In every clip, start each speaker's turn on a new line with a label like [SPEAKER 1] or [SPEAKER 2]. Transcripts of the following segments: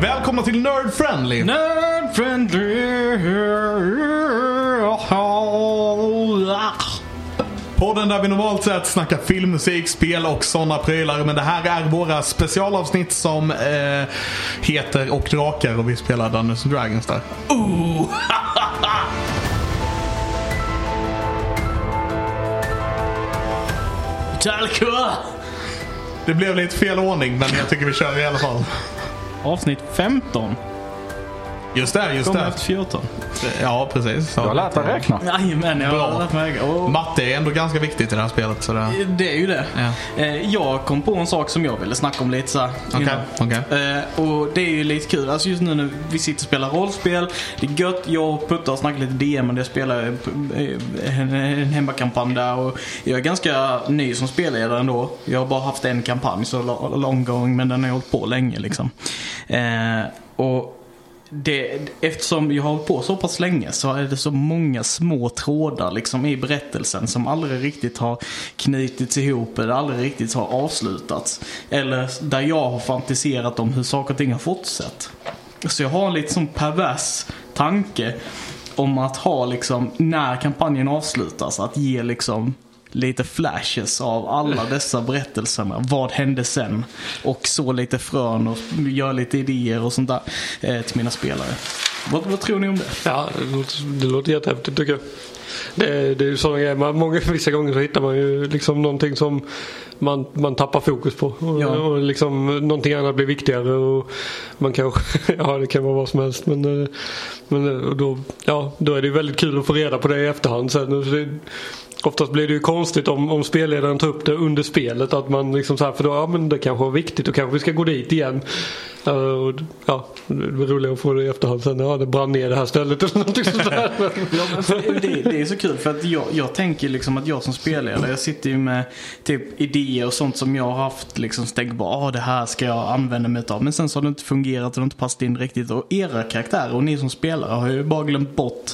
[SPEAKER 1] Välkomna till Nerd Friendly!
[SPEAKER 2] Nerd friendly.
[SPEAKER 1] Podden där vi normalt sett snackar film, musik, spel och sådana prylar. Men det här är våra specialavsnitt som eh, heter Och Drakar och vi spelar Dungeons and Dragons där.
[SPEAKER 2] Talka!
[SPEAKER 1] Det blev lite fel ordning men jag tycker vi kör i alla fall.
[SPEAKER 2] Avsnitt 15.
[SPEAKER 1] Just det, just
[SPEAKER 2] Kommer
[SPEAKER 1] det.
[SPEAKER 2] efter 14.
[SPEAKER 1] Ja, precis.
[SPEAKER 3] Jag har lärt dig räkna.
[SPEAKER 2] Jajamän, jag har
[SPEAKER 1] Bra.
[SPEAKER 2] lärt mig. Och
[SPEAKER 1] Matte är ändå ganska viktigt i det här spelet. Så det...
[SPEAKER 2] det är ju det.
[SPEAKER 1] Ja.
[SPEAKER 2] Eh, Jag kom på en sak som jag ville snacka om lite så här innan.
[SPEAKER 1] okej.
[SPEAKER 2] Eh, Och det är ju lite kul. Alltså just nu när vi sitter och spelar rollspel. Det är gött. Jag och Putta har snackat lite DM och jag spelar eh, en en hemmakampanj där. Och jag är ganska ny som spelledare ändå. Jag har bara haft en kampanj så lo- long going men den har jag hållit på länge liksom. Eh, Och det, eftersom jag har hållit på så pass länge så är det så många små trådar liksom i berättelsen som aldrig riktigt har knutits ihop eller aldrig riktigt har avslutats. Eller där jag har fantiserat om hur saker och ting har fortsatt. Så jag har en lite sån pervers tanke om att ha liksom, när kampanjen avslutas, att ge liksom lite flashes av alla dessa berättelserna. Vad hände sen? Och så lite frön och göra lite idéer och sånt där eh, till mina spelare. Vad, vad tror ni om det?
[SPEAKER 4] Ja, det låter, det låter jättehäftigt tycker jag. Det, det är ju sådana grejer. Man, många, vissa gånger så hittar man ju liksom någonting som man, man tappar fokus på. Och,
[SPEAKER 2] Ja.
[SPEAKER 4] och liksom någonting annat blir viktigare. Och man kanske, ja det kan vara vad som helst. Men, eh, men eh, och då, ja, då är det ju väldigt kul att få reda på det i efterhand sen. Så det, oftast blir det ju konstigt om, om spelledaren tar upp det under spelet. Att man liksom så här, för då, ja men det kanske var viktigt. Då kanske vi ska gå dit igen. Eh, och, ja, det blir roligare att få det i efterhand sen. Ja, det brann ner det här stället eller någonting sånt där.
[SPEAKER 2] Ja, men för det, det är så kul för att jag, jag tänker liksom att jag som spelledare, jag sitter ju med typ idéer och sånt som jag har haft liksom tänkt bara, ah, det här ska jag använda mig utav. Men sen så har det inte fungerat och det har inte passat in riktigt. Och era karaktärer och ni som spelare har ju bara glömt bort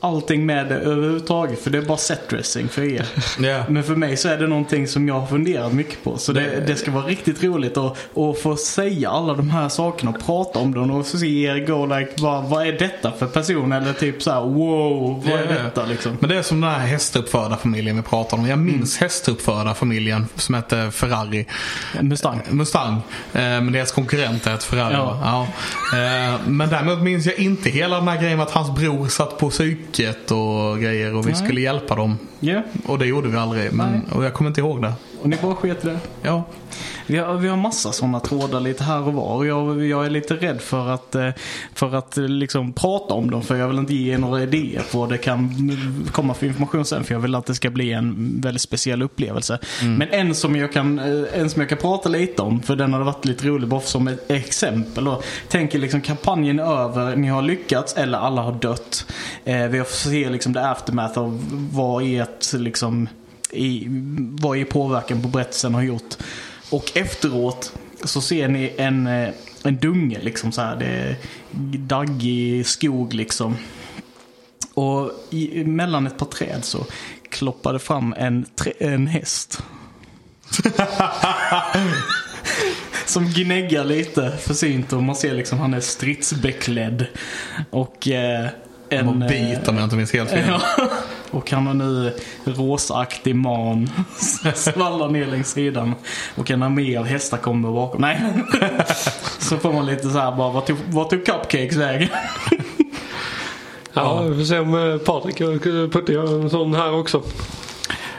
[SPEAKER 2] allting med det överhuvudtaget. För det är bara setdressing för er.
[SPEAKER 1] Ja.
[SPEAKER 2] Men för mig så är det någonting som jag har funderat mycket på. Så det, det ska vara riktigt roligt att, att få säga alla de här sakerna och prata om dem och se er gå like, vad, vad är detta för person? Eller typ så här, wow, vad är
[SPEAKER 1] Ja, ja, ja.
[SPEAKER 2] detta liksom?
[SPEAKER 1] Men det är som den här hästuppfödarfamiljen vi pratade om. Jag minns hästuppfödarfamiljen som hette Ferrari.
[SPEAKER 2] Mustang.
[SPEAKER 1] Mustang. Eh, Men deras konkurrent är ett Ferrari.
[SPEAKER 2] Ja.
[SPEAKER 1] va? Ja. Eh, Men däremot minns jag inte hela den här grejen med att hans bror satt på psyket och grejer och vi
[SPEAKER 2] Nej.
[SPEAKER 1] skulle hjälpa dem.
[SPEAKER 2] Ja,
[SPEAKER 1] Och det gjorde vi aldrig. Men,
[SPEAKER 2] Nej.
[SPEAKER 1] och jag kommer inte ihåg det.
[SPEAKER 2] och ni bara sket i det.
[SPEAKER 1] Ja.
[SPEAKER 2] Vi har, vi har massa sådana trådar lite här och var. Och Jag, jag är lite rädd för att, eh, för att eh, liksom prata om dem. För jag vill inte ge er några idéer på vad det kan komma för information sen. För jag vill att det ska bli en väldigt speciell upplevelse. Men en som, jag kan, eh, en som jag kan prata lite om. För den hade varit lite rolig bara som ett exempel. Och tänker liksom kampanjen är över. Ni har lyckats eller alla har dött. Eh, vi får se liksom det aftermath av vad ert liksom i, vad er påverkan på berättelsen har gjort. Och efteråt så ser ni en, eh, en dunge liksom så här. Det är daggig skog liksom. Och i, mellan ett par träd så kloppade fram en, trä, en häst. Som gnäggar lite försynt och man ser liksom han är stridsbeklädd. Och eh, en...
[SPEAKER 1] En,
[SPEAKER 2] eh,
[SPEAKER 1] bit om jag inte minns helt fel.
[SPEAKER 2] Ja. Och han har nu rosaktig man. Svallar ner längs sidan. Och en armé av hästar kommer bakom. Nej. Så får man lite så här bara, vart tog, vart tog cupcakes vägen?
[SPEAKER 4] Ja, vi får se om eh, Patrik och Putte gör en sån här också.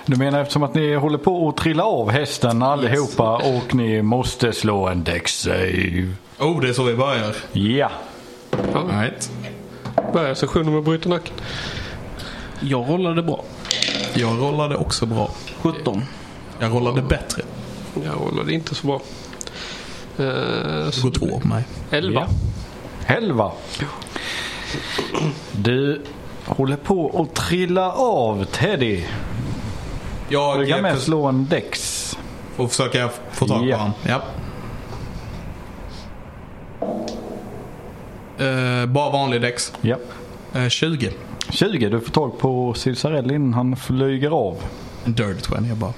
[SPEAKER 3] Du menar eftersom att ni håller på att trilla av hästen allihopa och ni måste slå en deck save.
[SPEAKER 1] Oh, det är så vi börjar.
[SPEAKER 3] Ja.
[SPEAKER 1] Right.
[SPEAKER 4] Börjar sessionen med att bryta nacken.
[SPEAKER 2] Jag rollade bra.
[SPEAKER 1] Jag rollade också bra.
[SPEAKER 2] 17.
[SPEAKER 1] Jag rollade bättre.
[SPEAKER 4] Jag håller det inte så bra. Eh,
[SPEAKER 1] Det
[SPEAKER 4] så
[SPEAKER 1] går två på mig.
[SPEAKER 4] 11.
[SPEAKER 3] Ja. Helva. Du håller på att trilla av Teddy. Du
[SPEAKER 1] Jag
[SPEAKER 3] kan med
[SPEAKER 1] jag
[SPEAKER 3] slå en dex.
[SPEAKER 1] får försöka få tag på
[SPEAKER 3] Ja.
[SPEAKER 1] honom. Ja. Eh, bara vanlig däcks.
[SPEAKER 3] Ja.
[SPEAKER 1] Eh, 20.
[SPEAKER 3] 20. Du får tag på Cicerell innan han flyger av. Mm.
[SPEAKER 1] En dirty 20 jag bara.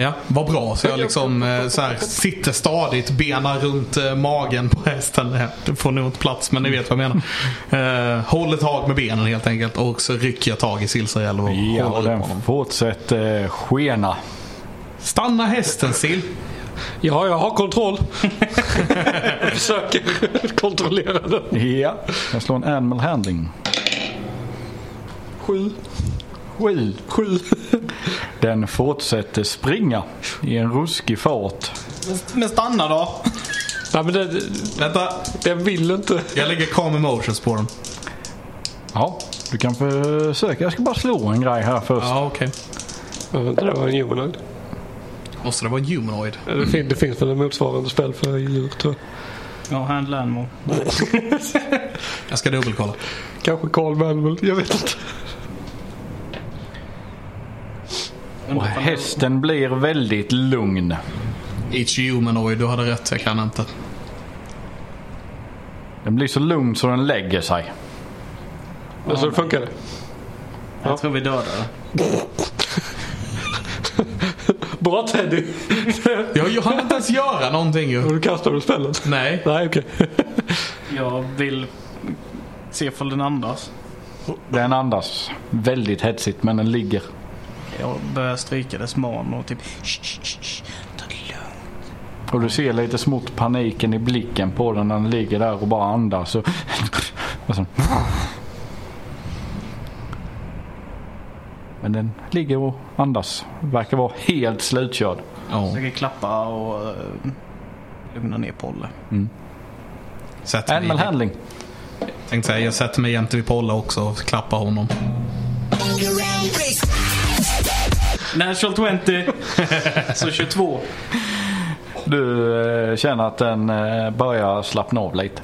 [SPEAKER 5] Ja.
[SPEAKER 1] var bra. Så jag liksom eh, så här, sitter stadigt, bena runt eh, magen på hästen. Eh, Det får nog inte plats men ni vet vad jag menar. Eh, håller tag med benen helt enkelt och så rycker jag tag i Silsarell och
[SPEAKER 3] Ja, och
[SPEAKER 1] håller upp
[SPEAKER 3] den
[SPEAKER 1] honom.
[SPEAKER 3] fortsätter eh, skena.
[SPEAKER 1] Stanna hästen Sil.
[SPEAKER 4] Ja, jag har kontroll. jag försöker kontrollera den.
[SPEAKER 3] Ja. Jag slår en animal handling.
[SPEAKER 4] Sju.
[SPEAKER 3] Sju.
[SPEAKER 4] Sju.
[SPEAKER 3] Den fortsätter springa i en ruskig fart.
[SPEAKER 2] Men stanna då.
[SPEAKER 4] Nej, men den,
[SPEAKER 1] Vänta,
[SPEAKER 4] den vill inte.
[SPEAKER 1] jag lägger calm emotions på dem.
[SPEAKER 3] Ja, du kan försöka. Jag ska bara slå en grej här först.
[SPEAKER 1] Ja okej.
[SPEAKER 4] Ja, vänta, det var en humanoid.
[SPEAKER 1] Måste det vara en humanoid?
[SPEAKER 4] Det, fin, det finns väl en motsvarande spel för djur tror jag.
[SPEAKER 2] Ja, handla animal.
[SPEAKER 1] Jag ska dubbelkolla.
[SPEAKER 4] Kanske Carl Manuel, jag vet inte.
[SPEAKER 3] Och hästen blir väldigt lugn.
[SPEAKER 1] It's humanoid, du hade rätt. Jag kan inte.
[SPEAKER 3] Den blir så lugn så den lägger sig.
[SPEAKER 4] Men så funkar det.
[SPEAKER 2] Jag tror vi dödar det.
[SPEAKER 4] Bra Teddy!
[SPEAKER 1] Jag, jag hann inte ens göra någonting ju.
[SPEAKER 4] Och du kastar du spelet?
[SPEAKER 1] Nej.
[SPEAKER 4] Nej okej.
[SPEAKER 2] Jag vill se ifall den andas.
[SPEAKER 3] Den andas väldigt hetsigt men den ligger.
[SPEAKER 2] Jag börjar stryka dess man och typ... "Shh, shh, shh, shh. Ta det lugnt.
[SPEAKER 3] Och du ser lite smått paniken i blicken på den när den ligger där och bara Alltså. andas. Och, och sen, men den ligger och andas. Verkar vara helt slutkörd.
[SPEAKER 1] Ja.
[SPEAKER 2] Försöker klappa och eh, lugna ner Polle.
[SPEAKER 1] Sätter
[SPEAKER 3] Animal
[SPEAKER 1] mig,
[SPEAKER 3] handling.
[SPEAKER 1] tänkte säga, jag sätter mig jämte vid Polle också och klappar honom.
[SPEAKER 2] Natural 20! Så 22.
[SPEAKER 3] Du eh, känner att den eh, börjar slappna av lite.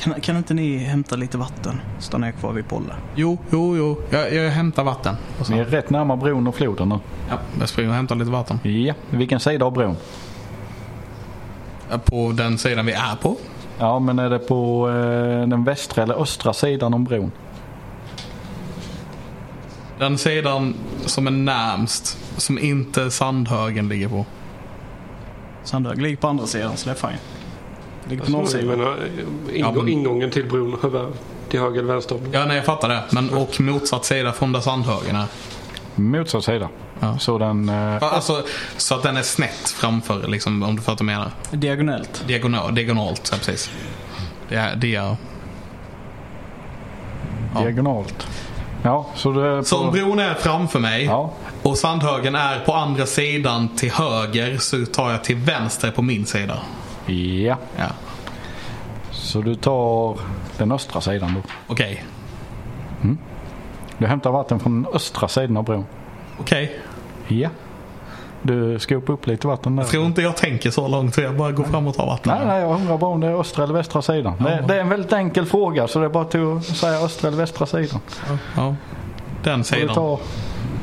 [SPEAKER 2] Kan, kan inte ni hämta lite vatten? Stannar jag kvar vid Polle.
[SPEAKER 1] Jo, jo, jo. Jag, jag hämtar vatten. Och så-
[SPEAKER 3] Ni är rätt närmare bron och floden nu.
[SPEAKER 1] Ja, jag springer och hämtar lite vatten.
[SPEAKER 3] Ja, vilken sida av bron?
[SPEAKER 1] På den sidan vi är på.
[SPEAKER 3] Ja, men är det på eh, den västra eller östra sidan om bron?
[SPEAKER 1] Den sidan som är närmst. Som inte Sandhögen ligger på.
[SPEAKER 2] Sandhög ligger på andra sidan så det är fine. Ligger på nollsidan.
[SPEAKER 4] Men, äh, ingå-
[SPEAKER 1] men-
[SPEAKER 4] Ingången till bron hö- till höger eller vänster.
[SPEAKER 1] Ja, nej jag fattar det. Men och motsatt sida från där Sandhögen är.
[SPEAKER 3] Motsatt sida.
[SPEAKER 1] Ja.
[SPEAKER 3] Så den... Eh,
[SPEAKER 1] Alltså, så att den är snett framför liksom, om du fattar vad jag menar.
[SPEAKER 2] Diagonellt.
[SPEAKER 1] Diagonal, diagonalt, så här, precis. Det är, det är... Ja.
[SPEAKER 3] Diagonalt. Ja, så det är på...
[SPEAKER 1] Så om bron är framför mig.
[SPEAKER 3] Ja,
[SPEAKER 1] Och Sandhögen är på andra sidan till höger så tar jag till vänster på min sida.
[SPEAKER 3] ja.
[SPEAKER 1] Ja.
[SPEAKER 3] Så du tar den östra sidan då.
[SPEAKER 1] Okej.
[SPEAKER 3] Du hämtar vatten från den östra sidan av bron.
[SPEAKER 1] Okej.
[SPEAKER 3] Ja. Du skopar upp lite vatten där.
[SPEAKER 1] Jag tror inte jag tänker så långt så jag bara går fram och tar vatten.
[SPEAKER 3] Nej, nej, jag undrar bara om det är östra eller västra sidan. Det, det är en väldigt enkel fråga så det är bara till att säga östra eller västra sidan.
[SPEAKER 1] Ja. Den
[SPEAKER 3] Du
[SPEAKER 1] sidan.
[SPEAKER 3] tar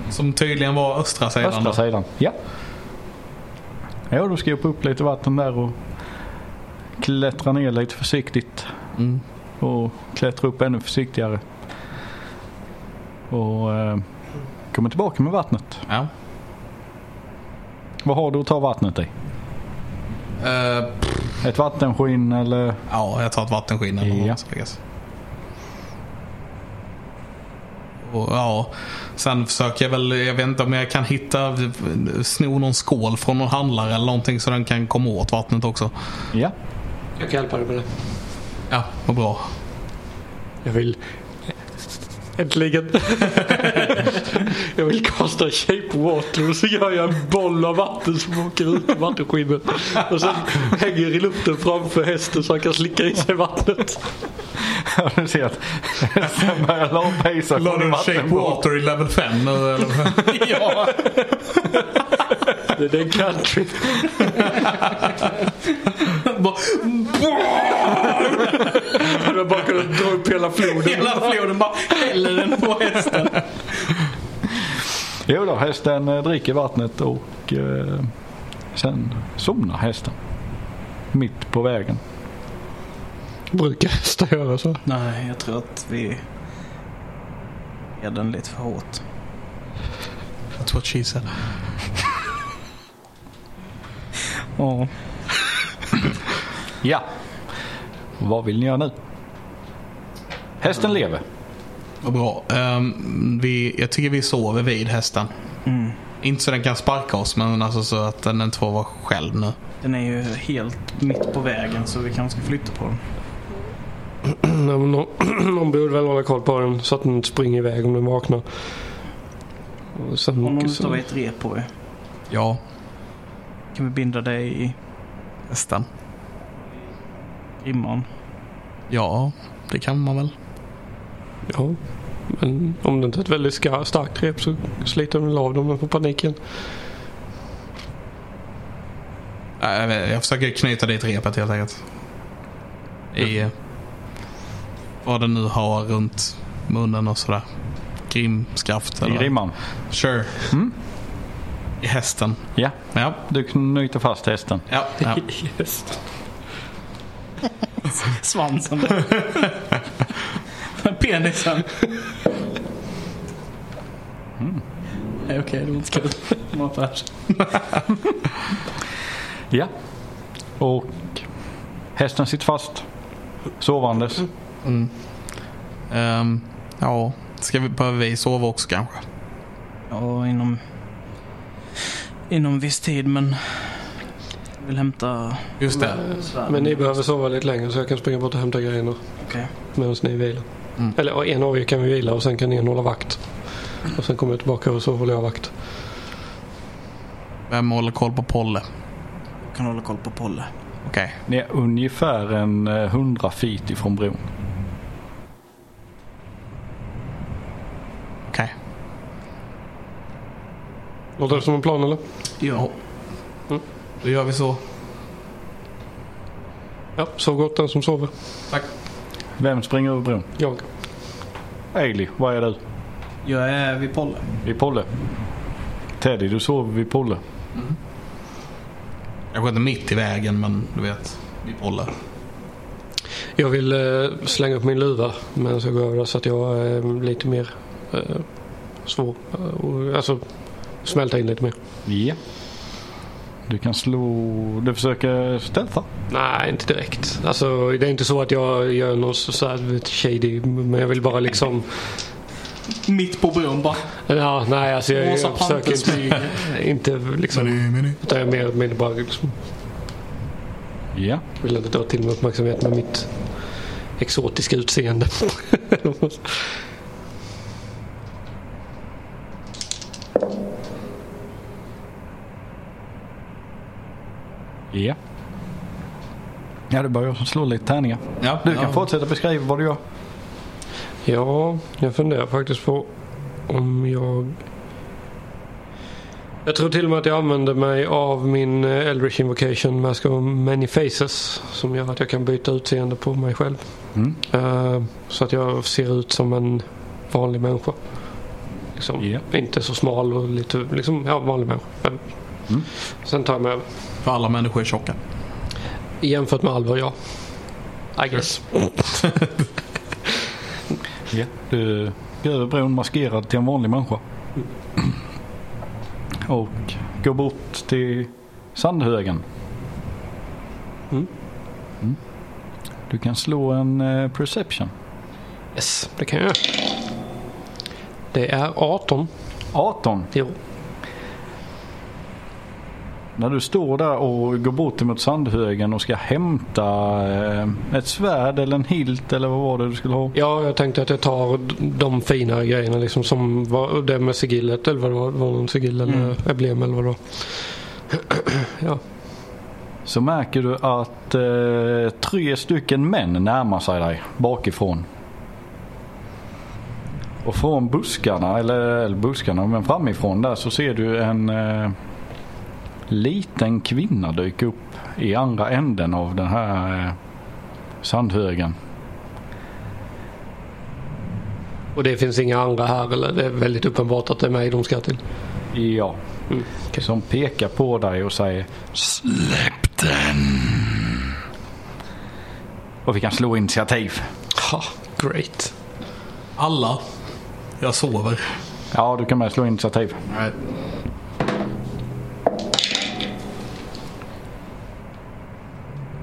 [SPEAKER 1] Som tydligen var östra sidan.
[SPEAKER 3] östra
[SPEAKER 1] då.
[SPEAKER 3] sidan. Ja. Ja, du skopar upp lite vatten där och klättrar ner lite försiktigt.
[SPEAKER 1] Mm.
[SPEAKER 3] Och klättrar upp ännu försiktigare. Och eh, kommer tillbaka med vattnet.
[SPEAKER 1] Ja.
[SPEAKER 3] Vad har du att ta vattnet i?
[SPEAKER 1] Eh,
[SPEAKER 3] Ett vattenskinn eller?
[SPEAKER 1] ja, jag tar ett vattenskinn eller
[SPEAKER 3] Ja.
[SPEAKER 1] något så läggas. och, ja, Sen försöker jag väl, jag vet inte om jag kan hitta, sno någon skål från någon handlare eller någonting så den kan komma åt vattnet också.
[SPEAKER 3] Ja.
[SPEAKER 4] Jag kan hjälpa dig med det.
[SPEAKER 1] Ja, vad bra.
[SPEAKER 4] Jag vill... Äntligen. jag vill kasta shape water och så gör jag en boll av vatten som åker ut i vattenskinnet. Och sen hänger i luften framför hästen så han kan slicka i sig vattnet.
[SPEAKER 3] Ja, du ser att sen börjar lampejsa
[SPEAKER 1] La du shape water i level 5 nu eller?
[SPEAKER 2] ja.
[SPEAKER 4] Det är en country.
[SPEAKER 1] Bara,
[SPEAKER 4] Han har bara kunnat dra upp hela floden.
[SPEAKER 2] Hela floden bara häller den på hästen.
[SPEAKER 3] Jo då, hästen eh, dricker vattnet och eh, sen somnar hästen. Mitt på vägen.
[SPEAKER 4] Brukar hästar göra så?
[SPEAKER 2] Nej, jag tror att vi... Är den lite för hårt.
[SPEAKER 1] That's what she said.
[SPEAKER 2] Ja.
[SPEAKER 3] Ja. Vad vill ni göra nu? Hästen lever.
[SPEAKER 1] Vad bra. Ehm, vi, jag tycker vi sover vid hästen. Inte så den kan sparka oss men alltså så att den inte får vara själv nu.
[SPEAKER 2] Den är ju helt mitt på vägen så vi kanske ska flytta på den.
[SPEAKER 4] Nej, men någon, någon borde väl hålla koll på den så att den inte springer iväg om den vaknar. Och sen,
[SPEAKER 2] Om någon
[SPEAKER 4] sen-
[SPEAKER 2] utav ett rep på er.
[SPEAKER 1] Ja,
[SPEAKER 2] Kan vi binda dig i
[SPEAKER 1] hästen.
[SPEAKER 2] rimman?
[SPEAKER 1] Ja, det kan man väl.
[SPEAKER 4] Ja. Men om det inte är ett väldigt ska- starkt rep så sliter den väl av dem när den får paniken.
[SPEAKER 1] Nej, Jag, vet- jag försöker knyta dit repet helt enkelt. I
[SPEAKER 3] Mm.
[SPEAKER 1] eh, vad den nu har runt munnen och sådär. Grimskaft
[SPEAKER 3] I
[SPEAKER 1] eller?
[SPEAKER 3] rimman.
[SPEAKER 1] Sure.
[SPEAKER 3] Mm.
[SPEAKER 1] I hästen.
[SPEAKER 3] Ja,
[SPEAKER 1] Ja,
[SPEAKER 3] du knyter fast hästen.
[SPEAKER 1] ja, ja.
[SPEAKER 4] Yes.
[SPEAKER 2] Svansen där. Penisen. Nej, Okej, det var inte så kul. Det var färs.
[SPEAKER 3] Ja. Och hästen sitter fast. Sovandes.
[SPEAKER 1] Ehm, ja, ska vi, behöver vi sova också kanske?
[SPEAKER 2] Ja, inom... Inom viss tid, men... Jag vill hämta...
[SPEAKER 1] Just det.
[SPEAKER 2] svärd.
[SPEAKER 4] Men ni behöver sova lite längre så jag kan springa bort och hämta grejerna
[SPEAKER 2] Okej.
[SPEAKER 4] medan ni vilar. Eller ja, en av er kan vi vila och sen kan en hålla vakt. Och sen kommer jag tillbaka och så håller jag vakt.
[SPEAKER 1] Vem håller koll på Polle?
[SPEAKER 2] Jag kan hålla koll på Polle.
[SPEAKER 1] Okej.
[SPEAKER 3] Ni är ungefär en eh, 100 feet ifrån bron.
[SPEAKER 1] Okej.
[SPEAKER 4] Låter det som en plan eller?
[SPEAKER 2] Ja.
[SPEAKER 1] Då gör vi så.
[SPEAKER 4] Ja, sov gott den som sover.
[SPEAKER 1] Tack.
[SPEAKER 3] Vem springer över bron?
[SPEAKER 4] Jag.
[SPEAKER 3] Ailey, var är du?
[SPEAKER 2] Jag är vid Polle.
[SPEAKER 3] Vid Polle. Teddy, du sover vid Polle.
[SPEAKER 1] Kanske inte mitt i vägen men du vet. Vi Polle.
[SPEAKER 4] Jag vill eh, slänga upp min luva medan jag går över där, så att jag är lite mer eh, svår. eh, Och, alltså smälta in lite mer.
[SPEAKER 3] Ja. Du kan slå... Du försöker stealtha.
[SPEAKER 4] Nej, inte direkt. Alltså, det är inte så att jag gör något så så här vet, shady. Men jag vill bara liksom...
[SPEAKER 2] Mitt på bron bara.
[SPEAKER 4] Ja, nej, alltså jag,
[SPEAKER 2] Rosa
[SPEAKER 4] jag försöker
[SPEAKER 2] panter
[SPEAKER 4] inte.
[SPEAKER 2] smyger.
[SPEAKER 4] Inte liksom... Utan jag är mer mer bara liksom,
[SPEAKER 3] Ja.
[SPEAKER 4] vill inte dra till mig uppmärksamhet med mitt exotiska utseende.
[SPEAKER 3] Ja. Ja, det börjar slå lite tärningar.
[SPEAKER 1] Ja,
[SPEAKER 3] Du kan
[SPEAKER 1] ja.
[SPEAKER 3] fortsätta beskriva vad du gör.
[SPEAKER 4] Ja, jag funderar faktiskt på om jag... Jag tror till och med att jag använder mig av min eh, Eldritch Invocation Mask of Many Faces som gör att jag kan byta utseende på mig själv.
[SPEAKER 3] Mm.
[SPEAKER 4] Eh, så att jag ser ut som en vanlig människa. Liksom,
[SPEAKER 3] Ja.
[SPEAKER 4] Inte så smal och lite liksom, ja, vanlig människa. Men-
[SPEAKER 3] Mm.
[SPEAKER 4] Sen tar jag mig över.
[SPEAKER 1] För alla människor är tjocka.
[SPEAKER 4] Jämfört med Alvar, ja. I guess.
[SPEAKER 3] Ja. Du går över bron maskerad till en vanlig människa. Och går bort till sandhögen.
[SPEAKER 4] Mm.
[SPEAKER 3] Mm. Du kan slå en eh, perception.
[SPEAKER 4] Yes, det kan jag göra. Det är 18.
[SPEAKER 3] 18.
[SPEAKER 4] Jo.
[SPEAKER 3] När du står där och går bort mot sandhögen och ska hämta eh, ett svärd eller en hilt eller vad var det du skulle ha?
[SPEAKER 4] Ja, jag tänkte att jag tar d- de fina grejerna liksom som var, det med sigillet eller vad det var. var det någon sigill eller emblem eller vad det var. ja.
[SPEAKER 3] Så märker du att eh, tre stycken män närmar sig dig bakifrån. Och från buskarna, eller, eller buskarna, men framifrån där så ser du en eh, liten kvinna dyka upp i andra änden av den här eh, sandhögen.
[SPEAKER 4] Och det finns inga andra här eller? Det är väldigt uppenbart att det är mig de ska till.
[SPEAKER 3] Ja.
[SPEAKER 4] Mm.
[SPEAKER 3] Som pekar på dig och säger Släpp den! Och vi kan slå initiativ.
[SPEAKER 4] Ha, great.
[SPEAKER 1] Alla. Jag sover.
[SPEAKER 3] Ja, du kan med slå initiativ.
[SPEAKER 1] Right.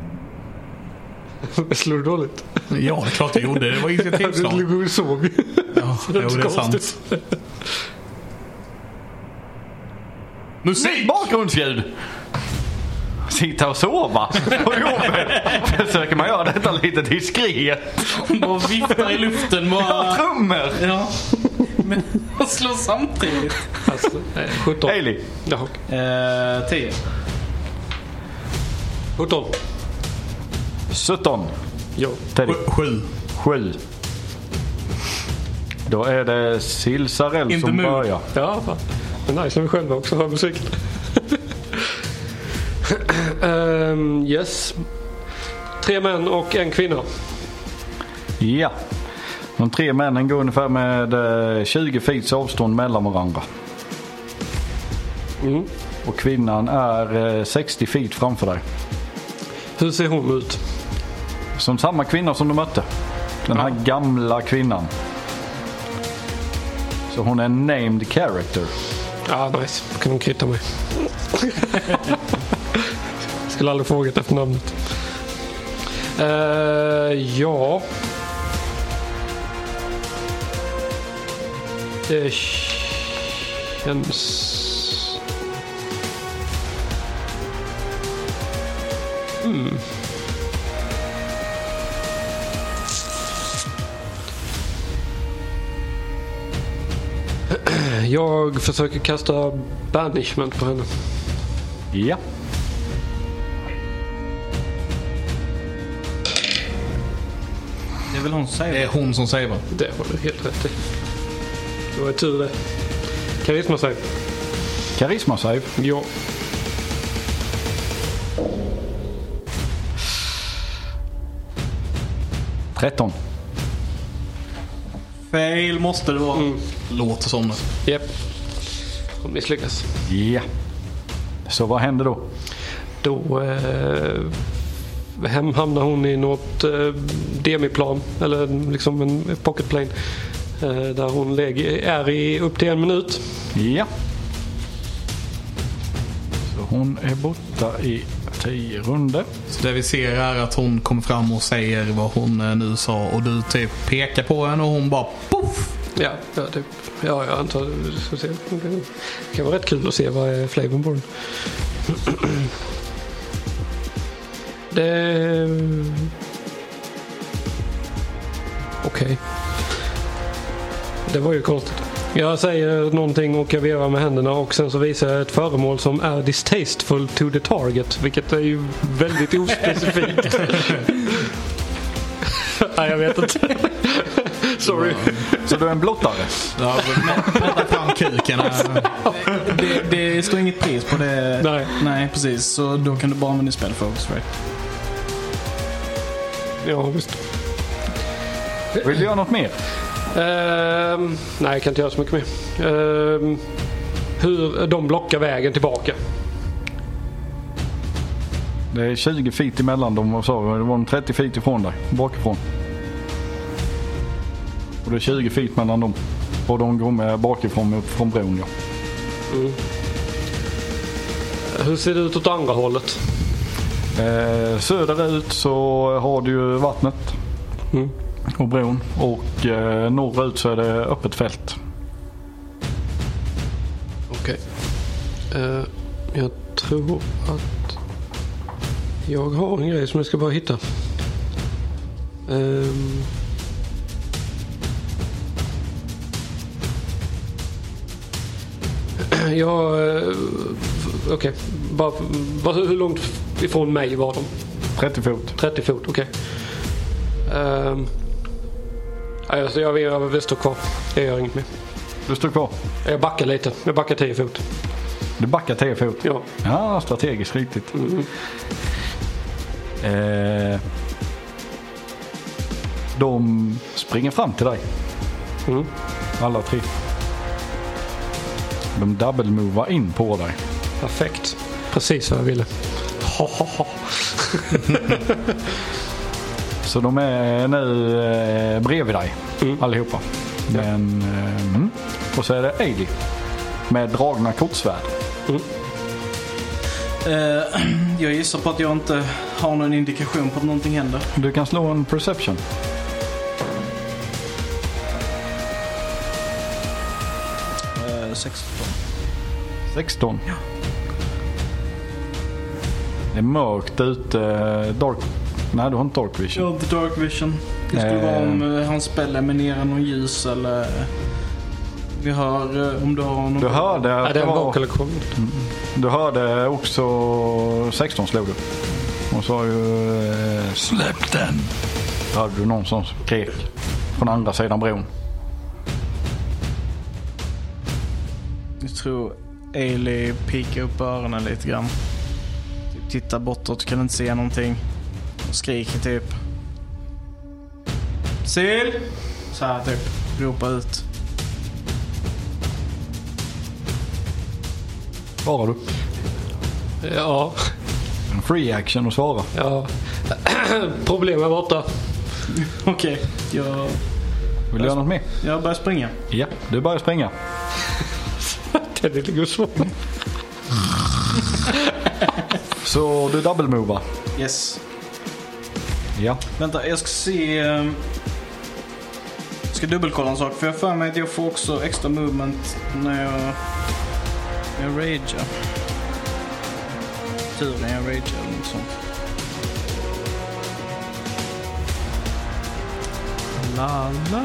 [SPEAKER 4] Slår du dåligt?
[SPEAKER 1] Ja, det är klart jag gjorde. Det var initiativslag.
[SPEAKER 4] Du såg ju.
[SPEAKER 1] Ja, jo,
[SPEAKER 4] inte
[SPEAKER 1] det är
[SPEAKER 4] konstigt.
[SPEAKER 1] sant. Musik!
[SPEAKER 3] Bakgrundsljud! Sitta och sova på jobbet. Försöker man göra detta lite diskret?
[SPEAKER 2] Bara viftar i luften
[SPEAKER 3] Ja,
[SPEAKER 2] bara.
[SPEAKER 3] trummor!
[SPEAKER 2] Ja. Men han slår samtidigt.
[SPEAKER 4] Alltså, nej, 17.
[SPEAKER 3] Hailey.
[SPEAKER 4] Jaha.
[SPEAKER 2] Eh, 10.
[SPEAKER 4] 17.
[SPEAKER 3] 17.
[SPEAKER 4] Ja.
[SPEAKER 3] Teddy.
[SPEAKER 1] Sju- Sju.
[SPEAKER 3] 7. Då är det Silsarell
[SPEAKER 2] In the
[SPEAKER 3] som
[SPEAKER 2] mood.
[SPEAKER 3] börjar.
[SPEAKER 4] Ja, fan. Det är nice när vi själva också hör musiken. Ehm, yes. Tre män och en kvinna.
[SPEAKER 3] Ja. De tre männen går ungefär med eh, 20 feet avstånd mellan varandra.
[SPEAKER 4] Mm.
[SPEAKER 3] Och kvinnan är eh, 60 feet framför dig.
[SPEAKER 4] Hur ser hon ut?
[SPEAKER 3] Som samma kvinna som du mötte. Den här gamla kvinnan. Så hon är en named character.
[SPEAKER 4] Ja, ah, nice. Då kan hon kritta mig. Skulle aldrig frågat efter namnet. Eh, ja. Det Eh, känns... Eh, Jag försöker kasta banishment på henne.
[SPEAKER 3] Ja.
[SPEAKER 2] Det är väl hon som säger.
[SPEAKER 1] Det är hon som säger va?
[SPEAKER 4] Det har du helt rätt i. Det var ju tur det. Karisma säger.
[SPEAKER 3] Karisma save.
[SPEAKER 4] Ja.
[SPEAKER 3] Tretton.
[SPEAKER 2] Fail måste det vara.
[SPEAKER 4] Mm.
[SPEAKER 1] Låter som det.
[SPEAKER 4] Japp. Hon misslyckas.
[SPEAKER 3] Ja. Så vad händer då?
[SPEAKER 4] Då eh, hem hamnar hon i något eh, demiplan eller liksom en pocketplane. Eh, där hon lägger, är i upp till en minut.
[SPEAKER 3] Ja. Så hon är borta i 10 runder.
[SPEAKER 1] Så det vi ser är att hon kommer fram och säger vad hon eh, nu sa och du typ pekar på henne och hon bara poff!
[SPEAKER 4] Ja, ja, typ. ja jag antar vi ska se. det. kan vara rätt kul att se vad är flavorn på den. Det... Okej. Det var ju konstigt. Jag säger någonting och jag vevar med händerna och sen så visar jag ett föremål som är distasteful to the target. Vilket är ju väldigt ospecifikt. Nej, jag vet inte. Sorry.
[SPEAKER 3] Så du är en blottare?
[SPEAKER 1] Ja, Vända fram kuken. här.
[SPEAKER 2] Det, det står inget pris på det.
[SPEAKER 4] Nej.
[SPEAKER 2] Nej, precis. Så då kan du bara använda spel focus, right?
[SPEAKER 4] Ja, visst.
[SPEAKER 3] Vill du göra något mer?
[SPEAKER 4] Ehm, nej, jag kan inte göra så mycket mer. Ehm, hur de blockar vägen tillbaka.
[SPEAKER 3] Det är 20 feet emellan dem och så. Det var de 30 feet ifrån dig. Bakifrån. Och det är 20 feet mellan dem. Och de går med bakifrån upp från bron ja.
[SPEAKER 4] Hur ser det ut åt andra hållet?
[SPEAKER 3] Eh, söderut så har du ju vattnet.
[SPEAKER 4] Mm.
[SPEAKER 3] Och bron. Och eh, norrut så är det öppet fält.
[SPEAKER 4] Okej. Ehm, jag tror att jag har en grej som jag ska bara hitta. Ehm. Jag... eh, f- Okej. Bara- vad- Hur långt ifrån mig var de?
[SPEAKER 3] 30 fot.
[SPEAKER 4] 30 fot, okej. Ehm, nej, alltså jag, jag, jag står kvar. Jag gör inget mer.
[SPEAKER 3] Du står kvar.
[SPEAKER 4] Jag backar lite. Jag backar 10 fot.
[SPEAKER 3] Du backar 10 fot.
[SPEAKER 4] Ja.
[SPEAKER 3] Ja, strategiskt riktigt. Eh, de springer fram till dig.
[SPEAKER 4] Mm.
[SPEAKER 3] Alla tre. De double-movar in på dig.
[SPEAKER 4] Perfekt. Precis vad jag ville. Ha, ha, ha.
[SPEAKER 3] Så de är nu eh, bredvid dig allihopa. Men, eh, mm. Och så är det Ailey med dragna kortsvärd.
[SPEAKER 2] Eh, jag gissar på att jag inte har någon indikation på att någonting händer.
[SPEAKER 3] Du kan slå en perception.
[SPEAKER 2] Eh, 16.
[SPEAKER 3] 16. Det är mörkt ute. Dark... Nej, du har inte dark
[SPEAKER 2] Jag
[SPEAKER 3] vision.
[SPEAKER 2] har inte dark vision. Det skulle
[SPEAKER 3] Eh.
[SPEAKER 2] vara om eh, hans spel eminerar någon ljus eller... eh, Vi hör eh, om du har någon...
[SPEAKER 3] Du hörde, att
[SPEAKER 4] Ja, det är
[SPEAKER 3] det
[SPEAKER 4] en bra
[SPEAKER 3] var,
[SPEAKER 4] kollektion.
[SPEAKER 3] du hörde också 16 slog du. Och så har ju... eh, Släpp den! Då hörde du någon som skrek från andra sidan bron.
[SPEAKER 2] Jag tror Ailey pikar upp öronen lite grann. Typ tittar bortåt, kan inte se någonting. Och skriker typ. Sil! Så här typ. Ropar ut.
[SPEAKER 3] Svarar du?
[SPEAKER 4] Ja,
[SPEAKER 3] En free action att svara.
[SPEAKER 4] ja. Problem är borta.
[SPEAKER 2] Okej, jag,
[SPEAKER 3] Vill du göra något mer?
[SPEAKER 2] jag börjar springa.
[SPEAKER 3] Ja. Du börjar springa.
[SPEAKER 4] Det ligger så.
[SPEAKER 3] Så du double-movar.
[SPEAKER 2] Yes.
[SPEAKER 3] Ja.
[SPEAKER 2] Vänta, jag ska se... ehm, Jag ska dubbelkolla en sak. För jag har för mig att jag får också extra movement när jag... När jag ragear. Tur när jag ragear eller något sånt. La, la,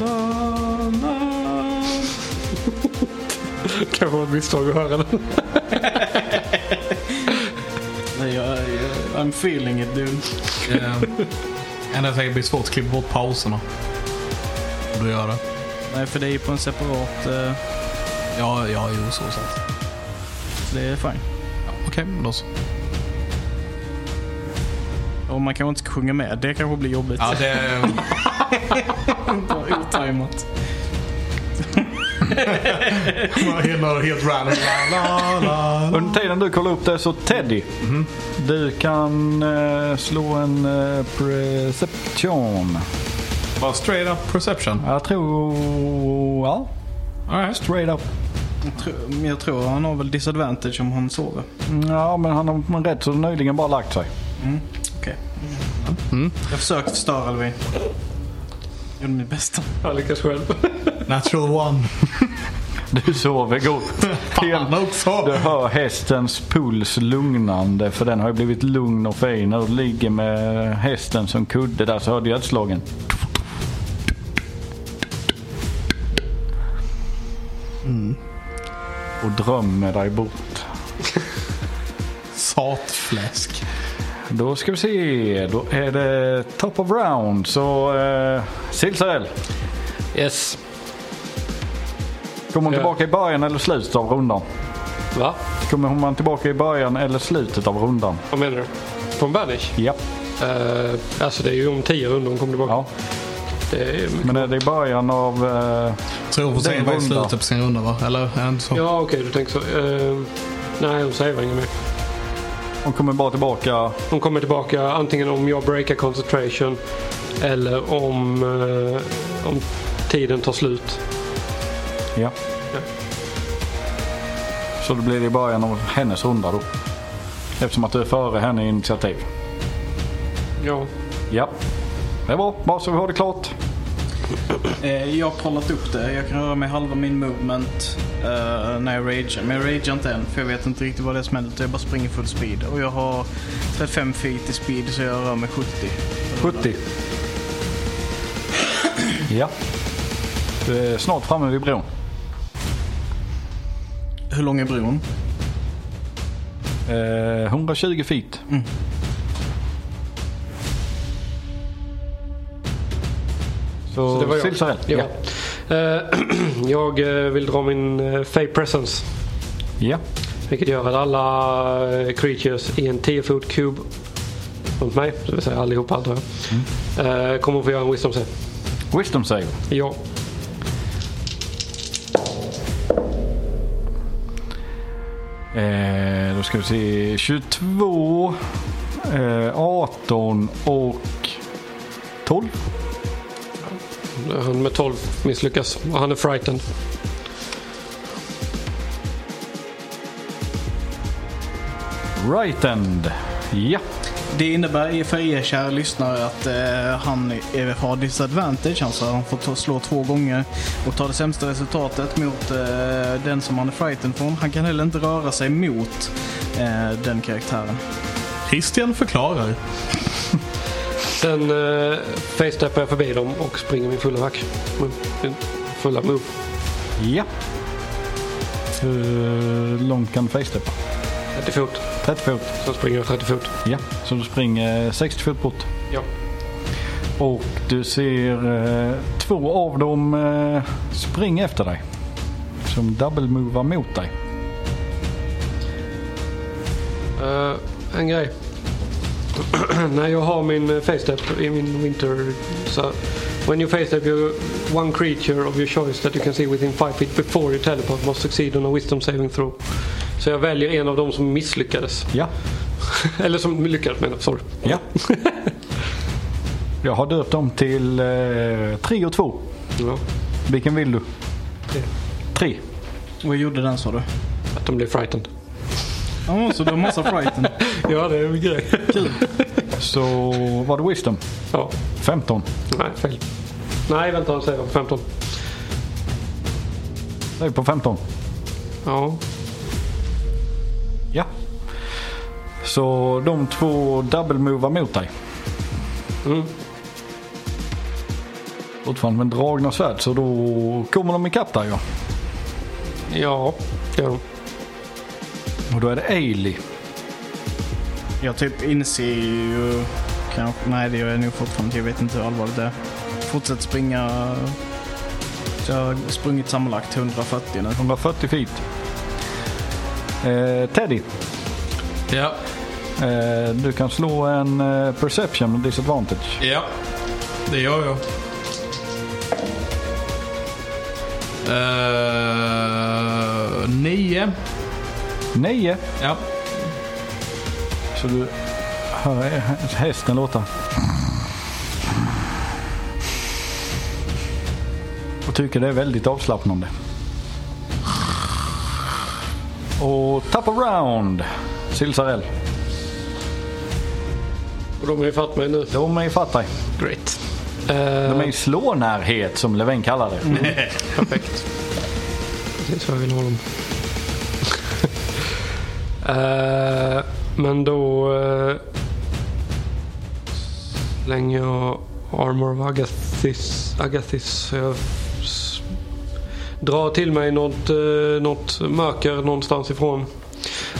[SPEAKER 2] la, la.
[SPEAKER 4] Kanske var ett misstag att höra den.
[SPEAKER 2] Nej, jag, jag, I'm feeling it dude.
[SPEAKER 1] Eh, Enda säkert blir svårt att klippa bort pauserna. Om du gör det.
[SPEAKER 2] Nej, för det är ju på en separat... eh,
[SPEAKER 1] Ja, ja jo så sant.
[SPEAKER 2] Så det är fine.
[SPEAKER 1] Ja, Okej, då så.
[SPEAKER 2] Och man kanske inte ska sjunga med. Det kanske blir jobbigt.
[SPEAKER 1] Ja, det,
[SPEAKER 2] Vad otajmat.
[SPEAKER 1] man hinner helt random. La, la, la.
[SPEAKER 3] Under tiden du kollar upp det så Teddy. Du kan eh, slå en eh, perception.
[SPEAKER 1] Bara straight up perception.
[SPEAKER 3] Jag tror... Ja,
[SPEAKER 1] All right.
[SPEAKER 3] straight up.
[SPEAKER 2] Jag tror, jag tror han har väl disadvantage om han sover.
[SPEAKER 3] Mm, Ja, men han har rätt så nyligen bara lagt sig.
[SPEAKER 2] Okej. Jag försökte förstöra Elvin. Gjorde mitt bästa.
[SPEAKER 4] Jag lyckas själv.
[SPEAKER 1] Natural one.
[SPEAKER 3] Du sover gott.
[SPEAKER 1] Fan
[SPEAKER 3] Du
[SPEAKER 1] också.
[SPEAKER 3] hör hästens puls lugnande för den har ju blivit lugn och fin. När du ligger med hästen som kudde där så hör du hjärtslagen. Och drömmer dig bort.
[SPEAKER 1] Satfläsk.
[SPEAKER 3] Då ska vi se. Då är det top of round. Så eh, Silsarell,
[SPEAKER 4] Yes.
[SPEAKER 3] kommer hon
[SPEAKER 4] Ja.
[SPEAKER 3] tillbaka i början eller slutet av rundan?
[SPEAKER 4] Va?
[SPEAKER 3] Kommer hon tillbaka i början eller slutet av rundan?
[SPEAKER 4] Vad menar du? Från Banish?
[SPEAKER 3] Ja,
[SPEAKER 4] Eh, alltså det är ju om tio rundor hon kommer tillbaka.
[SPEAKER 3] ja.
[SPEAKER 4] Det är
[SPEAKER 3] men är det i början av... Eh,
[SPEAKER 1] Tror hon
[SPEAKER 3] Det är
[SPEAKER 1] säger vad i
[SPEAKER 3] en runda.
[SPEAKER 1] slutet på sin runda va? Eller är det inte så?
[SPEAKER 4] Ja, okej, du tänker så. Eh, nej, hon säger väl inget mer.
[SPEAKER 3] hon kommer bara tillbaka
[SPEAKER 4] Hon kommer tillbaka antingen om jag breakar concentration eller om, eh, om tiden tar slut.
[SPEAKER 3] Ja.
[SPEAKER 4] Ja.
[SPEAKER 3] Så då blir det i början av hennes runda då. Eftersom att du är före henne i initiativ.
[SPEAKER 4] Ja.
[SPEAKER 3] Ja. Det är bra, bara så vi har det klart.
[SPEAKER 2] Eh, jag har kollat upp det. Jag kan röra mig halva min movement eh, när jag ragear. Men jag ragear inte än för jag vet inte riktigt vad det är som händer. utan Jag bara springer full speed. Och jag har 35 feet i speed så jag rör mig 70.
[SPEAKER 3] 70. Ja. Du är snart framme vid bron.
[SPEAKER 2] Hur lång är bron?
[SPEAKER 3] Eh, 120 feet.
[SPEAKER 4] Mm.
[SPEAKER 3] Så,
[SPEAKER 4] Så det var jag.
[SPEAKER 3] Silsarell.
[SPEAKER 4] Ja. Eh, jag eh, vill dra min uh, Fey Presence.
[SPEAKER 3] ja.
[SPEAKER 4] Vilket gör att alla eh, creatures i en 10 foot cube runt mig, det vill säga allihopa antar jag, eh, kommer få göra en wisdom save.
[SPEAKER 3] Wisdom save.
[SPEAKER 4] Ja.
[SPEAKER 3] Eh, då ska vi se. 22, eh, 18 och 12.
[SPEAKER 4] Han med 12 misslyckas. Och Han är frightened.
[SPEAKER 3] Right end. Ja.
[SPEAKER 2] Det innebär för er kära lyssnare att eh, han är- har disadvantage, alltså han får ta, slå två gånger och ta det sämsta resultatet mot eh, den som han är frightened från. Han kan heller inte röra sig mot eh, den karaktären.
[SPEAKER 1] Christian förklarar.
[SPEAKER 4] Sen uh, facetappar jag förbi dem och springer min fulla hack. Min Fulla move.
[SPEAKER 3] Ja. Hur långt kan du faceteppa?
[SPEAKER 4] 30 fot.
[SPEAKER 3] 30 fot.
[SPEAKER 4] Så springer jag 30 fot.
[SPEAKER 3] Ja, så du springer eh, 60 fot bort.
[SPEAKER 4] Ja.
[SPEAKER 3] Och du ser eh, två av dem eh, springa efter dig. Som double-movar mot dig.
[SPEAKER 4] Eh, en grej. När jag har min eh, facetap i min winter... Så when you facetap you one creature of your choice that you can see within 5 feet before you teleport must succeed on a wisdom saving throw. Så jag väljer en av dem som misslyckades.
[SPEAKER 3] Ja,
[SPEAKER 4] Eller som lyckades menar jag, sorry.
[SPEAKER 3] ja. jag har döpt dem till 3 och 2.
[SPEAKER 4] Ja.
[SPEAKER 3] Vilken vill du?
[SPEAKER 4] Tre.
[SPEAKER 3] 3.
[SPEAKER 2] Vad gjorde den sa du?
[SPEAKER 4] Att de blev frightened.
[SPEAKER 2] Ja, så du har massa frightened.
[SPEAKER 4] Ja, det är en grej.
[SPEAKER 3] Så var det wisdom?
[SPEAKER 4] Ja.
[SPEAKER 3] 15.
[SPEAKER 4] Nej, fel. Nej, vänta, han säger på 15.
[SPEAKER 3] Säg på 15.
[SPEAKER 4] Ja.
[SPEAKER 3] Ja. Så de två double-movar mot dig.
[SPEAKER 4] Mm.
[SPEAKER 3] Fortfarande med dragna svärd så då kommer de ikapp dig ja.
[SPEAKER 4] Ja, det gör de.
[SPEAKER 3] Och då är det Ailey.
[SPEAKER 2] Jag typ inser ju... Kanske, nej, det gör jag nog fortfarande. Jag vet inte hur allvarligt det är. Fortsätt springa. Så jag har sprungit sammanlagt 140 nu.
[SPEAKER 3] 140 feet. Eh, Teddy,
[SPEAKER 1] Ja.
[SPEAKER 3] eh, du kan slå en eh, perception med disadvantage.
[SPEAKER 1] Ja. Det gör jag. Eh, nio.
[SPEAKER 3] 9.
[SPEAKER 1] Ja.
[SPEAKER 3] Så du hör hä- hästen låta. Och tycker det är väldigt avslappnande. Och tap around, Silsarell.
[SPEAKER 4] Och de har ju fattat mig nu. Eh,
[SPEAKER 3] De är ifatt dig.
[SPEAKER 4] Great.
[SPEAKER 3] De är i slånärhet som Leven kallar det.
[SPEAKER 4] Perfekt. Det är så jag vill ha dem. Eh, men då eh, slänger jag Armor of Agathis. Agathis så jag s- drar till mig något, eh, något mörker någonstans ifrån.